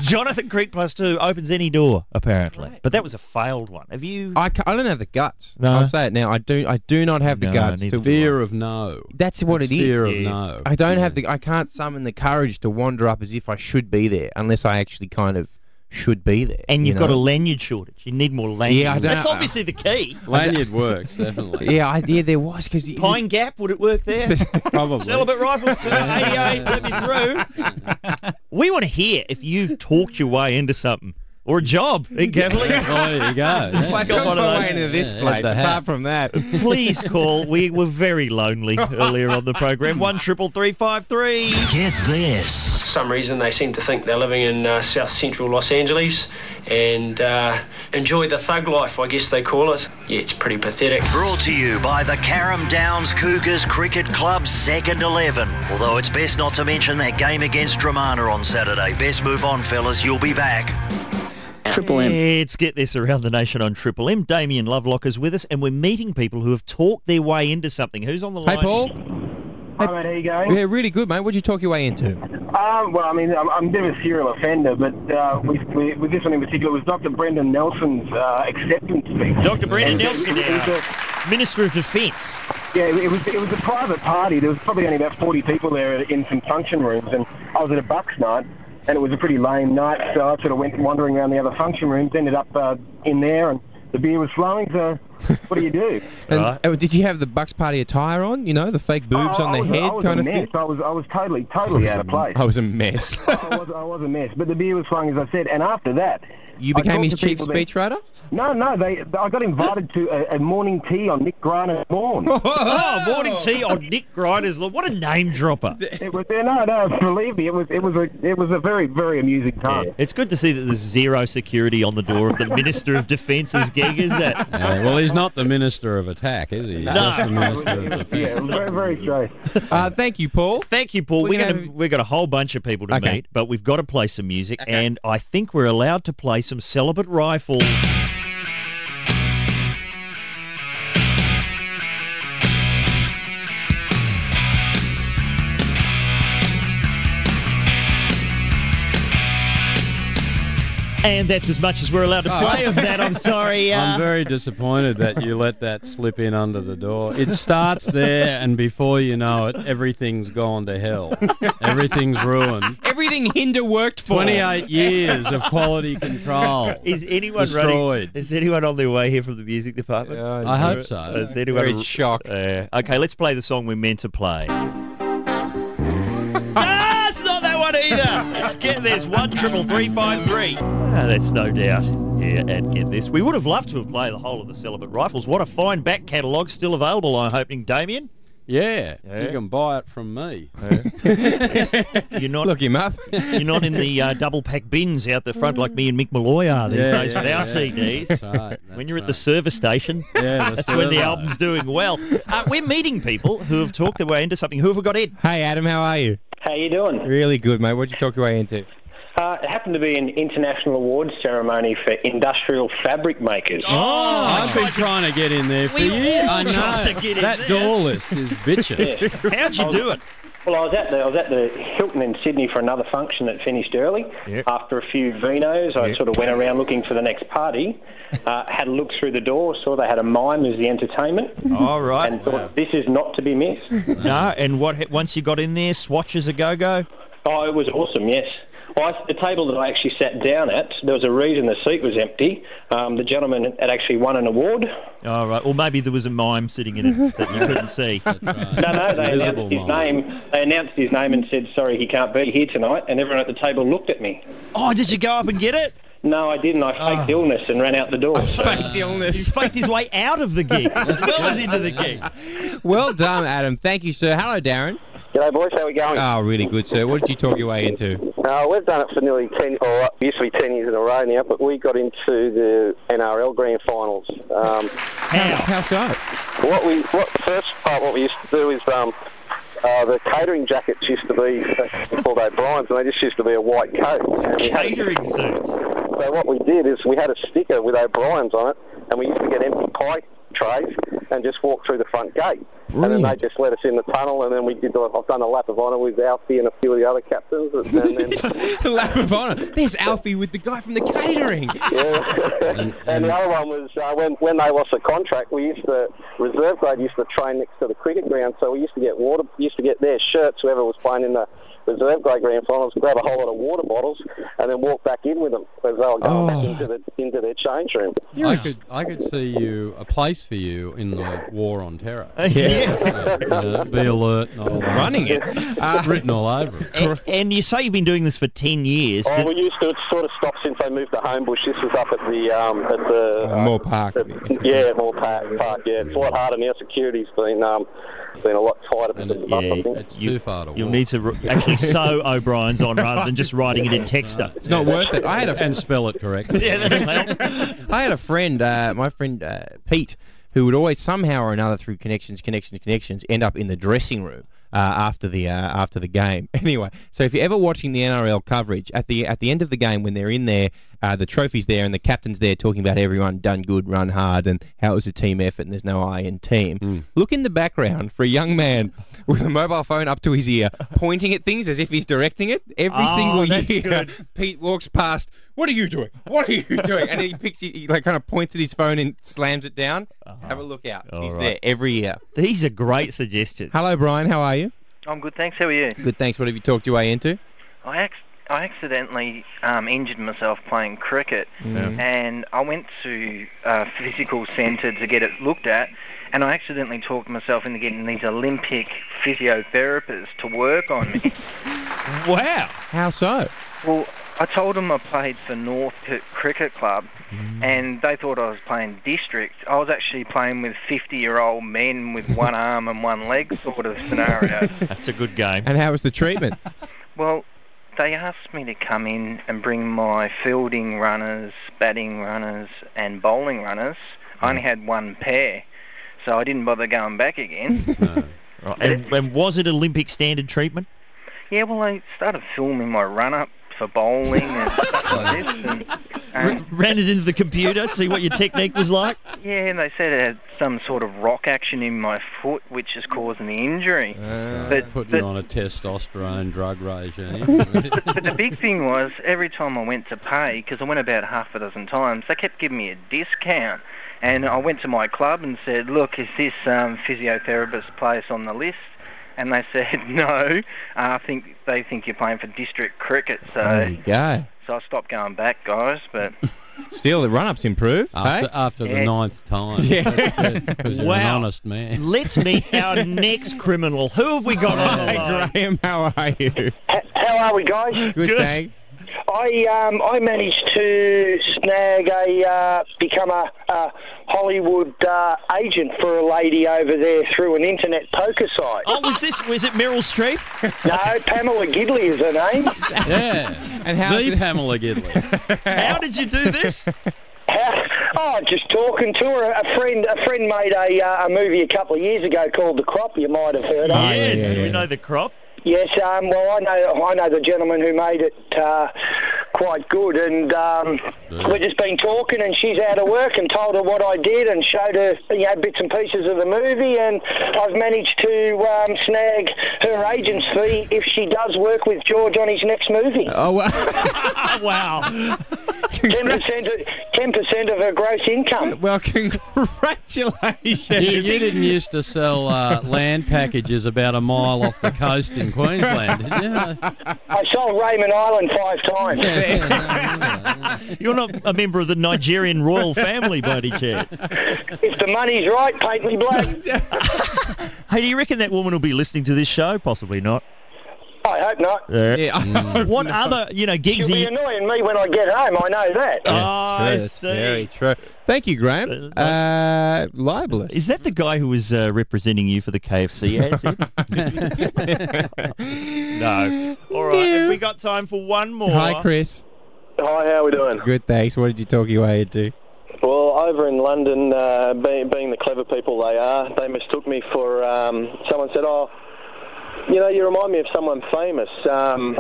[SPEAKER 2] Jonathan Creek plus two opens any door apparently, but that was a failed one. Have you?
[SPEAKER 3] I, ca- I don't have the guts.
[SPEAKER 2] No.
[SPEAKER 3] I'll say it now. I do. I do not have the
[SPEAKER 2] No,
[SPEAKER 3] guts.
[SPEAKER 2] neither
[SPEAKER 3] To
[SPEAKER 2] do I. Fear
[SPEAKER 3] of no. That's what
[SPEAKER 22] It's
[SPEAKER 3] it is.
[SPEAKER 22] fear of Yes. no.
[SPEAKER 3] I don't have the. I can't summon the courage to wander up as if I should be there, unless I actually kind of should be there.
[SPEAKER 2] And
[SPEAKER 3] you
[SPEAKER 2] you've got a
[SPEAKER 3] know?
[SPEAKER 2] lanyard shortage. You need more lanyards.
[SPEAKER 3] Yeah, I don't-
[SPEAKER 2] that's
[SPEAKER 22] [LAUGHS]
[SPEAKER 2] obviously the key.
[SPEAKER 3] Lanyard
[SPEAKER 22] works definitely.
[SPEAKER 3] Yeah, I, yeah, there was because
[SPEAKER 2] Pine
[SPEAKER 3] [LAUGHS]
[SPEAKER 2] Gap would it work there?
[SPEAKER 22] Probably.
[SPEAKER 2] Celibate rifles to 88. Let me through. We want to hear if you've talked your way into something or a job in Cavalier.
[SPEAKER 22] Oh, there you go.
[SPEAKER 2] [LAUGHS]
[SPEAKER 3] If I
[SPEAKER 2] Got
[SPEAKER 3] took
[SPEAKER 2] one of
[SPEAKER 3] my
[SPEAKER 2] those.
[SPEAKER 3] way into this place, apart from that,
[SPEAKER 2] Please call. We were very [LAUGHS] lonely earlier on the program. One triple three five three.
[SPEAKER 14] Get this.
[SPEAKER 5] For some reason, they seem to think they're living in uh, south central Los Angeles and uh, enjoy the thug life, I guess they call it. Yeah, it's pretty pathetic.
[SPEAKER 14] Brought to you by the Caram Downs Cougars Cricket Club's second 11. Although it's best not to mention that game against Dramana on Saturday. Best move on, fellas. You'll be back.
[SPEAKER 2] Triple M. It's Get This Around the Nation on Triple M. Damien Lovelock is with us, and we're meeting people who have talked their way into something. Who's on the
[SPEAKER 3] Hey,
[SPEAKER 2] line?
[SPEAKER 3] Paul.
[SPEAKER 6] Hi, mate, how you going?
[SPEAKER 3] Yeah, really good, mate. What'd you talk your way into?
[SPEAKER 6] Um, well, I mean, I'm, I'm a bit of a serial offender, but uh, with, with, with this one in particular, it was Dr. Brendan Nelson's uh, acceptance speech.
[SPEAKER 2] Dr. Brendan
[SPEAKER 6] And it-
[SPEAKER 2] Nelson
[SPEAKER 6] it- it was
[SPEAKER 2] now.
[SPEAKER 6] a-
[SPEAKER 2] Minister of Defence.
[SPEAKER 6] Yeah, it was it was a private party. There was probably only about forty people there in some function rooms, and I was at a Bucks night, and it was a pretty lame night. So I sort of went wandering around the other function rooms, ended up uh, in there, and the beer was flowing.
[SPEAKER 3] [LAUGHS]
[SPEAKER 6] So what do you do?
[SPEAKER 3] And, oh, did you have the Bucks party attire on? You know, the fake boobs
[SPEAKER 6] I-
[SPEAKER 3] on
[SPEAKER 6] Oh, I
[SPEAKER 3] the
[SPEAKER 6] was,
[SPEAKER 3] head
[SPEAKER 6] I was
[SPEAKER 3] kind
[SPEAKER 6] a
[SPEAKER 3] of
[SPEAKER 6] mess.
[SPEAKER 3] thing.
[SPEAKER 6] I was I was totally
[SPEAKER 3] I
[SPEAKER 6] totally
[SPEAKER 3] was
[SPEAKER 6] out
[SPEAKER 3] a-
[SPEAKER 6] of place.
[SPEAKER 3] I was a mess.
[SPEAKER 6] I was, I was a mess, but the beer was flowing, as I said. And after that,
[SPEAKER 3] You
[SPEAKER 6] I
[SPEAKER 3] became
[SPEAKER 6] talked
[SPEAKER 3] his
[SPEAKER 6] to
[SPEAKER 3] chief
[SPEAKER 6] people that-
[SPEAKER 3] speechwriter?
[SPEAKER 6] No, no. They, I got invited to a, a morning tea on Nick Griner's lawn.
[SPEAKER 3] [LAUGHS]
[SPEAKER 2] Oh, morning tea on Nick Grider's. lawn. What a name dropper.
[SPEAKER 6] It was yeah, no, no. Believe me, it was it was a it was a very very amusing time.
[SPEAKER 2] It's good to see that there's zero security on the door of the Minister of Defence's gig, is that?
[SPEAKER 22] Yeah, well, he's not the minister of attack, is he? He's
[SPEAKER 2] No.
[SPEAKER 22] [LAUGHS] just the minister of defence.
[SPEAKER 6] Yeah, it was very very strange.
[SPEAKER 3] Uh, thank you, Paul.
[SPEAKER 2] Thank you, Paul.
[SPEAKER 6] We're
[SPEAKER 2] We're
[SPEAKER 6] gonna
[SPEAKER 2] going to we've got a whole bunch of people to
[SPEAKER 6] Okay.
[SPEAKER 2] meet, but we've got to play some music, and I think we're allowed to play some celibate rifles. And that's as much as we're allowed to play of that. I'm sorry. Uh,
[SPEAKER 22] Oh. [LAUGHS] I'm very disappointed that you let that slip in under the door. It starts there, and before you know it, everything's gone to
[SPEAKER 5] [LAUGHS]
[SPEAKER 22] hell. Everything's ruined.
[SPEAKER 3] Everything Hinder worked for.
[SPEAKER 22] 28 years of quality control.
[SPEAKER 2] [LAUGHS] Is anyone
[SPEAKER 22] destroyed?
[SPEAKER 2] running? Is anyone on their way here from the music department?
[SPEAKER 22] I hope so.
[SPEAKER 2] Is anyone
[SPEAKER 22] Very
[SPEAKER 2] shocked? okay, let's play the song we're meant to play. ah, it's not that one either. Let's get this one triple three five three. Ah, that's no doubt. Yeah, and get this. We would have loved to have played the whole of the Celibate Rifles. What a fine back catalogue still available, I'm hoping, Damien.
[SPEAKER 22] Yeah,
[SPEAKER 2] Yeah.
[SPEAKER 22] you can buy it from me. [LAUGHS]
[SPEAKER 2] You're not
[SPEAKER 3] look him up.
[SPEAKER 2] You're not in the uh, double pack bins out the front like me and Mick Malloy are these
[SPEAKER 22] Yeah,
[SPEAKER 2] days
[SPEAKER 22] yeah,
[SPEAKER 2] with
[SPEAKER 22] yeah.
[SPEAKER 2] our CDs.
[SPEAKER 22] That's right,
[SPEAKER 2] when you're at the service station,
[SPEAKER 22] Yeah, the
[SPEAKER 2] that's when the
[SPEAKER 22] servo.
[SPEAKER 2] album's doing well. Uh, we're meeting people who have talked their way into something. Who have we got in?
[SPEAKER 3] Hey, Adam, how are you?
[SPEAKER 23] How you doing?
[SPEAKER 3] Really good, mate. What'd you talk your way into?
[SPEAKER 23] Uh, it happened to be an international awards ceremony for industrial fabric makers.
[SPEAKER 22] Oh,
[SPEAKER 2] Oh,
[SPEAKER 22] I've been trying to get in there for
[SPEAKER 23] Oh, We
[SPEAKER 22] years.
[SPEAKER 23] all
[SPEAKER 22] I know.
[SPEAKER 23] tried to get in
[SPEAKER 22] that
[SPEAKER 23] there.
[SPEAKER 22] door list is bitching.
[SPEAKER 2] [LAUGHS] How'd you do it?
[SPEAKER 23] Well, I was at the I was at the Hilton in Sydney for another function that finished early. After a few vinos, I sort of went around looking for the
[SPEAKER 2] [LAUGHS]
[SPEAKER 23] next party. Uh, had a look through the door, saw they had a mime as the entertainment.
[SPEAKER 2] All right.
[SPEAKER 23] And thought this is not to be missed.
[SPEAKER 2] [LAUGHS] No, and what? ha- Once you got in there, swatches a go go.
[SPEAKER 23] Oh, it was awesome, yes. Well, I, the table that I actually sat down at, there was a reason the seat was empty. Um, the gentleman had actually won an award.
[SPEAKER 2] All right. Or maybe there was a mime sitting in it that you couldn't see.
[SPEAKER 23] No, no, they
[SPEAKER 2] Invisible
[SPEAKER 23] announced his name. They announced his name and said, "Sorry, he can't be here tonight." And everyone at the table looked at me.
[SPEAKER 2] Oh, did you go up and get it?
[SPEAKER 23] No, I didn't. I faked illness and ran out the door.
[SPEAKER 3] Faked
[SPEAKER 2] [LAUGHS]
[SPEAKER 3] illness.
[SPEAKER 2] He's faked his way out of the gig as well as into the gig.
[SPEAKER 3] Well done, Adam. Thank you, sir. Hello, Darren.
[SPEAKER 24] G'day, boys. How we going?
[SPEAKER 3] Oh, really good, sir. What did you talk your way into? [LAUGHS]
[SPEAKER 24] Uh, we've done it for nearly 10, or usually 10 years in a row now, but we got into the NRL grand finals. Um,
[SPEAKER 3] How so?
[SPEAKER 24] what we, what first part, what we used to do is um, uh, the catering jackets used to be uh, called O'Brien's, and they just used to be a white coat. And we had-
[SPEAKER 2] Catering suits.
[SPEAKER 24] So what we did is we had a sticker with O'Brien's on it, and we used to get empty pie trays and just walked through the front gate. And then they
[SPEAKER 4] Brilliant.
[SPEAKER 24] just let us in the tunnel, and then we did. The, I've done a lap of honour with Alfie and a few of the other captains, and then
[SPEAKER 3] Lap of honour. There's Alfie with the guy from the catering.
[SPEAKER 24] Yeah. [LAUGHS] and the other one was uh, when, when they lost the contract, we used to, reserve grade used to train next to the cricket ground, so we used to get water, used to get their shirts, whoever was playing in the reserve grade grand finals, grab a whole lot of water bottles, and then walk back in with them as they were going
[SPEAKER 3] Oh.
[SPEAKER 24] back into, the, into their change room.
[SPEAKER 22] I could, I could see you a place for you in the war on terror.
[SPEAKER 2] Yeah. [LAUGHS] Yes.
[SPEAKER 22] Uh, be alert, not alert.
[SPEAKER 2] Running it.
[SPEAKER 22] Uh, written all over. it.
[SPEAKER 2] And, and you say you've been doing this for 10 years.
[SPEAKER 24] Oh, we used to. It's sort of stopped since they moved to Homebush. This was up at the um, at the
[SPEAKER 3] Uh, Moore Park,
[SPEAKER 24] at- yeah, Moore Park. Park yeah, it's a lot harder now. Security's been um, been a lot tighter. And it,
[SPEAKER 2] yeah,
[SPEAKER 24] I think.
[SPEAKER 2] it's too far to You'll need to r actually sew O'Brien's on rather than just writing it in texter.
[SPEAKER 3] It's not worth it. I had a
[SPEAKER 22] and spell it
[SPEAKER 3] [LAUGHS]
[SPEAKER 22] correctly.
[SPEAKER 3] I had a friend, uh, my friend uh, Pete, who would always somehow or another through connections, connections, connections, end up in the dressing room. Uh, after the uh, after the game, [LAUGHS] anyway. So if you're ever watching the NRL coverage at the at the end of the game when they're in there, uh, the trophy's there and the captain's there talking about everyone done good, run hard, and how it was a team effort and there's no I in team. Look in the background for a young man [LAUGHS] with a mobile phone up to his ear, pointing at things as if he's directing it. Every
[SPEAKER 4] Oh,
[SPEAKER 3] single
[SPEAKER 4] that's
[SPEAKER 3] year,
[SPEAKER 4] good.
[SPEAKER 3] Pete walks past. What are you doing? What are you doing? And he picks, he, he like kind of points at his phone and slams it down. Have a look out.
[SPEAKER 2] All
[SPEAKER 3] He's
[SPEAKER 2] right.
[SPEAKER 3] there every year.
[SPEAKER 2] These are great suggestions.
[SPEAKER 3] Hello, Brian. How are you?
[SPEAKER 8] I'm good, thanks. How are you?
[SPEAKER 3] Good, thanks. What have you talked your way into?
[SPEAKER 8] I ac- I accidentally um, injured myself playing cricket,
[SPEAKER 3] Yeah.
[SPEAKER 8] and I went to a physical centre to get it looked at, and I accidentally talked myself into getting these Olympic physiotherapists to work on
[SPEAKER 3] [LAUGHS]
[SPEAKER 8] me.
[SPEAKER 2] wow!
[SPEAKER 3] How so?
[SPEAKER 8] Well, I told them I played for North C- Cricket Club,
[SPEAKER 3] Mm.
[SPEAKER 8] and they thought I was playing district. I was actually playing with 50-year-old men with one arm and one leg sort of
[SPEAKER 3] [LAUGHS]
[SPEAKER 8] scenario.
[SPEAKER 2] That's a good game.
[SPEAKER 3] And how was the treatment?
[SPEAKER 8] Well, they asked me to come in and bring my fielding runners, batting runners, and bowling runners. I only had one pair, so I didn't bother going back again.
[SPEAKER 2] Right. And, and was it Olympic standard treatment?
[SPEAKER 8] yeah, well, I started filming my run up for bowling and stuff like this. And,
[SPEAKER 2] R- ran it into the computer, see what your technique was like?
[SPEAKER 8] yeah, and they said it had some sort of rock action in my foot, which is causing the injury.
[SPEAKER 22] Ah,
[SPEAKER 8] but,
[SPEAKER 22] Putting
[SPEAKER 8] but
[SPEAKER 22] you on a testosterone drug regime.
[SPEAKER 8] but the big thing was every time I went to pay, because I went about half a dozen times, they kept giving me a discount. And I went to my club and said, "Look, is this um, physiotherapist place on the list?" And they [LAUGHS] said, "No, Uh, I think they think you're playing for district cricket." So,
[SPEAKER 3] There you go.
[SPEAKER 8] so I stopped going back, guys. But
[SPEAKER 3] Still, the run-up's improved.
[SPEAKER 8] After-
[SPEAKER 3] hey?
[SPEAKER 8] after the Yeah. ninth
[SPEAKER 22] time.
[SPEAKER 3] Yeah.
[SPEAKER 22] Because you're an
[SPEAKER 2] Wow.
[SPEAKER 22] honest man.
[SPEAKER 2] Let's meet our next criminal. Who have we got on the line?
[SPEAKER 3] Graham, how are you?
[SPEAKER 9] How are we, guys?
[SPEAKER 3] Good, thanks.
[SPEAKER 9] I um, I managed to snag a uh, become a, a Hollywood uh, agent for a lady over there through an internet poker site.
[SPEAKER 2] Oh, was this was it Meryl Streep?
[SPEAKER 9] no, Pamela Gidley is her name.
[SPEAKER 22] Yeah.
[SPEAKER 3] And
[SPEAKER 9] how's
[SPEAKER 22] the
[SPEAKER 9] it-
[SPEAKER 22] Pamela Gidley.
[SPEAKER 2] [LAUGHS] How did you do this?
[SPEAKER 9] [LAUGHS] Oh, just talking to her. A friend, a friend made a, uh, a movie a couple of years ago called The Crop. You might have heard of.
[SPEAKER 2] Oh, yes, we know the crop.
[SPEAKER 9] Yes, um, well, I know I know the gentleman who made it uh, quite good, and um, we've just been talking, and she's out of work, and told her what I did, and showed her you know bits and pieces of the movie, and I've managed to um, snag her agent's fee if she does work with George on his next movie.
[SPEAKER 3] Oh
[SPEAKER 2] [LAUGHS] wow!
[SPEAKER 9] Ten percent, ten percent of her gross income.
[SPEAKER 3] Well, congratulations.
[SPEAKER 22] You, you didn't used to sell uh, land packages about a mile off the coast in Queensland, did you?
[SPEAKER 9] I sold Raymond Island five
[SPEAKER 2] [LAUGHS]
[SPEAKER 9] times.
[SPEAKER 2] You're not a member of the Nigerian royal family, by any chance.
[SPEAKER 9] if the money's right, paint me black.
[SPEAKER 2] [LAUGHS] Hey, do you reckon that woman will be listening to this show? Possibly not.
[SPEAKER 9] I hope not.
[SPEAKER 2] Uh,
[SPEAKER 9] Yeah,
[SPEAKER 2] [LAUGHS]
[SPEAKER 9] I hope
[SPEAKER 2] what
[SPEAKER 9] not.
[SPEAKER 2] other, you know, gigs
[SPEAKER 9] She'll
[SPEAKER 2] are
[SPEAKER 9] be
[SPEAKER 2] you-
[SPEAKER 9] annoying me when I get home. I know that.
[SPEAKER 2] I
[SPEAKER 3] That's
[SPEAKER 2] see.
[SPEAKER 3] very true. Thank you, Graham. Uh, libelous.
[SPEAKER 2] Is that the guy who was uh, representing you for the KFC ads? [LAUGHS] no. All right, have we got time for one more?
[SPEAKER 3] Hi, Chris.
[SPEAKER 24] Hi, how we doing?
[SPEAKER 3] Good, thanks. What did you talk your way into?
[SPEAKER 24] Well, over in London, uh, being, being the clever people they are, they mistook me for um, someone said, "Oh, you know, you remind me of someone famous." Um,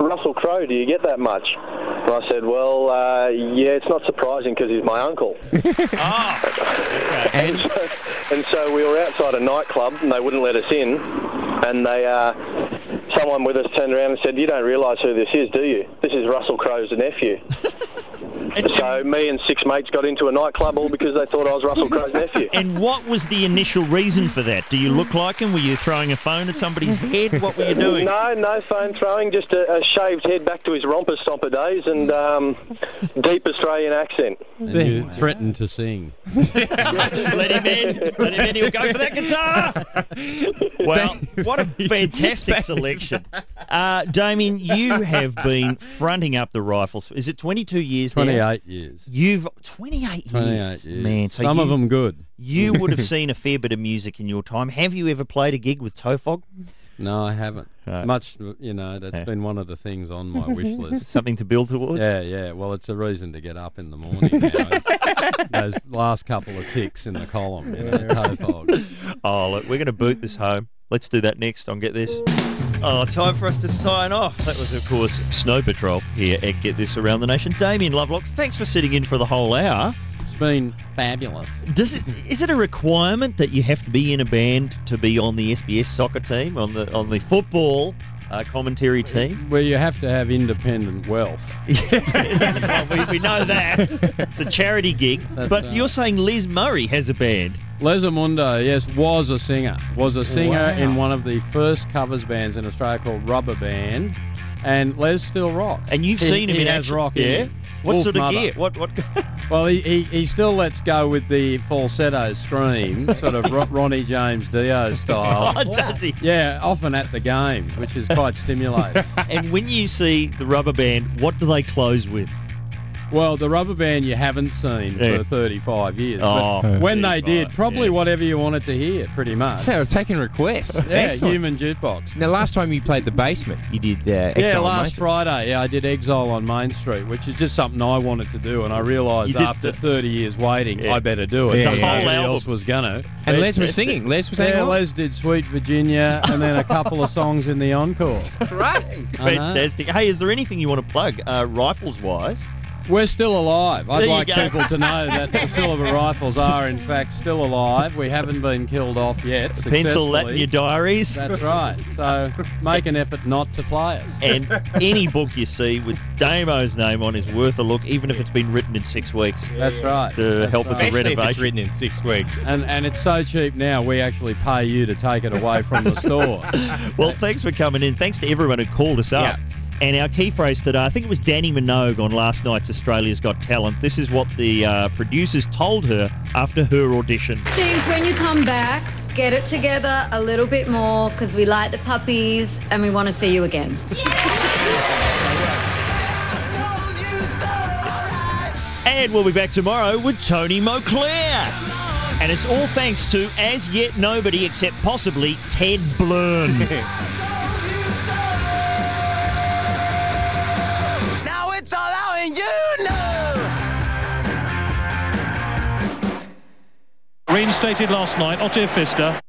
[SPEAKER 5] Russell Crowe, do you get that much? And I said, well, uh, yeah, it's not surprising because he's
[SPEAKER 2] [LAUGHS]
[SPEAKER 5] my uncle.
[SPEAKER 2] Ah,
[SPEAKER 5] and, so, and so we were outside a nightclub and they wouldn't let us in. And they, uh, someone with us turned around and said, you don't realise who this is, do you? This is Russell
[SPEAKER 2] [LAUGHS]
[SPEAKER 5] Crowe's nephew. so me and six mates got into a nightclub all because they thought I was Russell Crowe's nephew.
[SPEAKER 2] And what was the initial reason for that? Do you look like him? Were you throwing a phone at somebody's head? What were you doing?
[SPEAKER 5] No, no phone throwing, just a, a shaved head back to his romper stomper days and um, deep Australian accent.
[SPEAKER 22] And you threatened to sing.
[SPEAKER 2] Let him in. Let him in. He'll go for that guitar. [LAUGHS] Well, what a fantastic selection. Uh, Damien, you have been fronting up the rifles. Is it 22 years now?
[SPEAKER 22] 28 years.
[SPEAKER 2] You've 28 years.
[SPEAKER 22] 28 years.
[SPEAKER 2] Man, so
[SPEAKER 22] Some
[SPEAKER 2] you,
[SPEAKER 22] of them good.
[SPEAKER 2] You would
[SPEAKER 22] [LAUGHS]
[SPEAKER 2] have seen a fair bit of music in your time. Have you ever played a gig with Tofog?
[SPEAKER 22] No, I haven't.
[SPEAKER 2] Right.
[SPEAKER 22] Much, you know, that's
[SPEAKER 2] Yeah.
[SPEAKER 22] been one of the things on my wish list.
[SPEAKER 2] Something to build towards?
[SPEAKER 22] Yeah, yeah. Well, it's a reason to get up in the morning. now, is those last couple of ticks in the column, you
[SPEAKER 2] [LAUGHS]
[SPEAKER 22] know, Tofog.
[SPEAKER 2] Oh, look, we're going to boot this home. Let's do that next on Get This. Oh, time for us to sign off. That was, of course, Snow Patrol here at Get This Around the Nation. Damien Lovelock, thanks for sitting in for the whole hour.
[SPEAKER 22] It's been fabulous.
[SPEAKER 2] Does it is it a requirement that you have to be in a band to be on the SBS soccer team on the on the football uh, commentary team?
[SPEAKER 22] Where you have to have
[SPEAKER 2] [LAUGHS]
[SPEAKER 22] independent wealth.
[SPEAKER 2] we, we know that it's a charity gig, but
[SPEAKER 22] right.
[SPEAKER 2] you're saying Liz Murray has a band.
[SPEAKER 22] Lesamundo, yes, was a singer. Was a singer
[SPEAKER 2] Wow.
[SPEAKER 22] in one of the first covers bands in Australia called Rubber Band, and Les still rocks.
[SPEAKER 2] And you've
[SPEAKER 22] He-
[SPEAKER 2] seen him
[SPEAKER 22] he
[SPEAKER 2] in
[SPEAKER 22] has
[SPEAKER 2] action,
[SPEAKER 22] rock.
[SPEAKER 2] yeah?
[SPEAKER 22] In
[SPEAKER 2] What
[SPEAKER 22] Wolf
[SPEAKER 2] sort of
[SPEAKER 22] Mother.
[SPEAKER 2] gear? What what? [LAUGHS]
[SPEAKER 22] Well, he, he, he still lets go with the falsetto scream, sort
[SPEAKER 2] [LAUGHS]
[SPEAKER 22] of Ro- Ronnie James Dio style.
[SPEAKER 2] Oh, does he?
[SPEAKER 22] Yeah, often at the games, which is quite stimulating.
[SPEAKER 2] [LAUGHS] and when you see the rubber band, what do they close with?
[SPEAKER 22] Well, the rubber band you haven't seen
[SPEAKER 2] Yeah.
[SPEAKER 22] for 35 years.
[SPEAKER 2] Oh,
[SPEAKER 22] but when they
[SPEAKER 2] 35,
[SPEAKER 22] did, probably whatever you wanted to hear, pretty much.
[SPEAKER 3] They were taking requests.
[SPEAKER 22] Uh, Yeah,
[SPEAKER 3] Excellent.
[SPEAKER 22] human jukebox.
[SPEAKER 3] Now, last time you played the basement, you did uh,
[SPEAKER 22] yeah,
[SPEAKER 3] Exile
[SPEAKER 22] last
[SPEAKER 3] Mason.
[SPEAKER 22] Friday, yeah, I did Exile on Main Street, which is just something I wanted to do, and I realised
[SPEAKER 3] You did
[SPEAKER 22] after 30 years waiting, I better do it.
[SPEAKER 3] Yeah,
[SPEAKER 22] Nobody
[SPEAKER 3] yeah. The whole
[SPEAKER 22] else
[SPEAKER 3] album.
[SPEAKER 22] was gonna.
[SPEAKER 3] And Les was singing. Les was singing
[SPEAKER 22] Yeah,
[SPEAKER 3] along?
[SPEAKER 22] Les did Sweet Virginia, and then a couple of songs in
[SPEAKER 3] [LAUGHS]
[SPEAKER 22] the encore. I know.
[SPEAKER 2] Fantastic. Hey, is there anything you want to plug, uh, rifles wise?
[SPEAKER 22] We're still alive. I'd
[SPEAKER 2] There you
[SPEAKER 22] like
[SPEAKER 2] go.
[SPEAKER 22] people to know that the Silver Rifles are, in fact, still alive. We haven't been killed off yet.
[SPEAKER 2] Pencil that in
[SPEAKER 22] successfully.
[SPEAKER 2] your diaries.
[SPEAKER 22] That's right. So make an effort not to play us.
[SPEAKER 2] [LAUGHS] And any book you see with Damo's name on is worth a look, even if it's been written in six weeks.
[SPEAKER 22] That's right.
[SPEAKER 2] To
[SPEAKER 22] That's
[SPEAKER 2] help with
[SPEAKER 22] right.
[SPEAKER 2] the
[SPEAKER 22] Especially if it's
[SPEAKER 2] renovation.
[SPEAKER 22] written
[SPEAKER 3] in six weeks.
[SPEAKER 22] And and it's so cheap now. We actually pay you to take it away from the store.
[SPEAKER 2] [LAUGHS] Well, thanks for coming in. Thanks to everyone who called us up. And our key phrase today, I think it was Danny Minogue on last night's Australia's Got Talent. This is what the uh, producers told her after her audition.
[SPEAKER 12] think when you come back, get it together a little bit more because we like the puppies and we want to see you again.
[SPEAKER 2] And we'll be back tomorrow with Tony Moclair. And it's all thanks to as yet nobody except possibly Ted
[SPEAKER 22] [LAUGHS]
[SPEAKER 2] Blern.
[SPEAKER 25] Now it's all out and you know.
[SPEAKER 13] Reinstated last night, Otte Fister.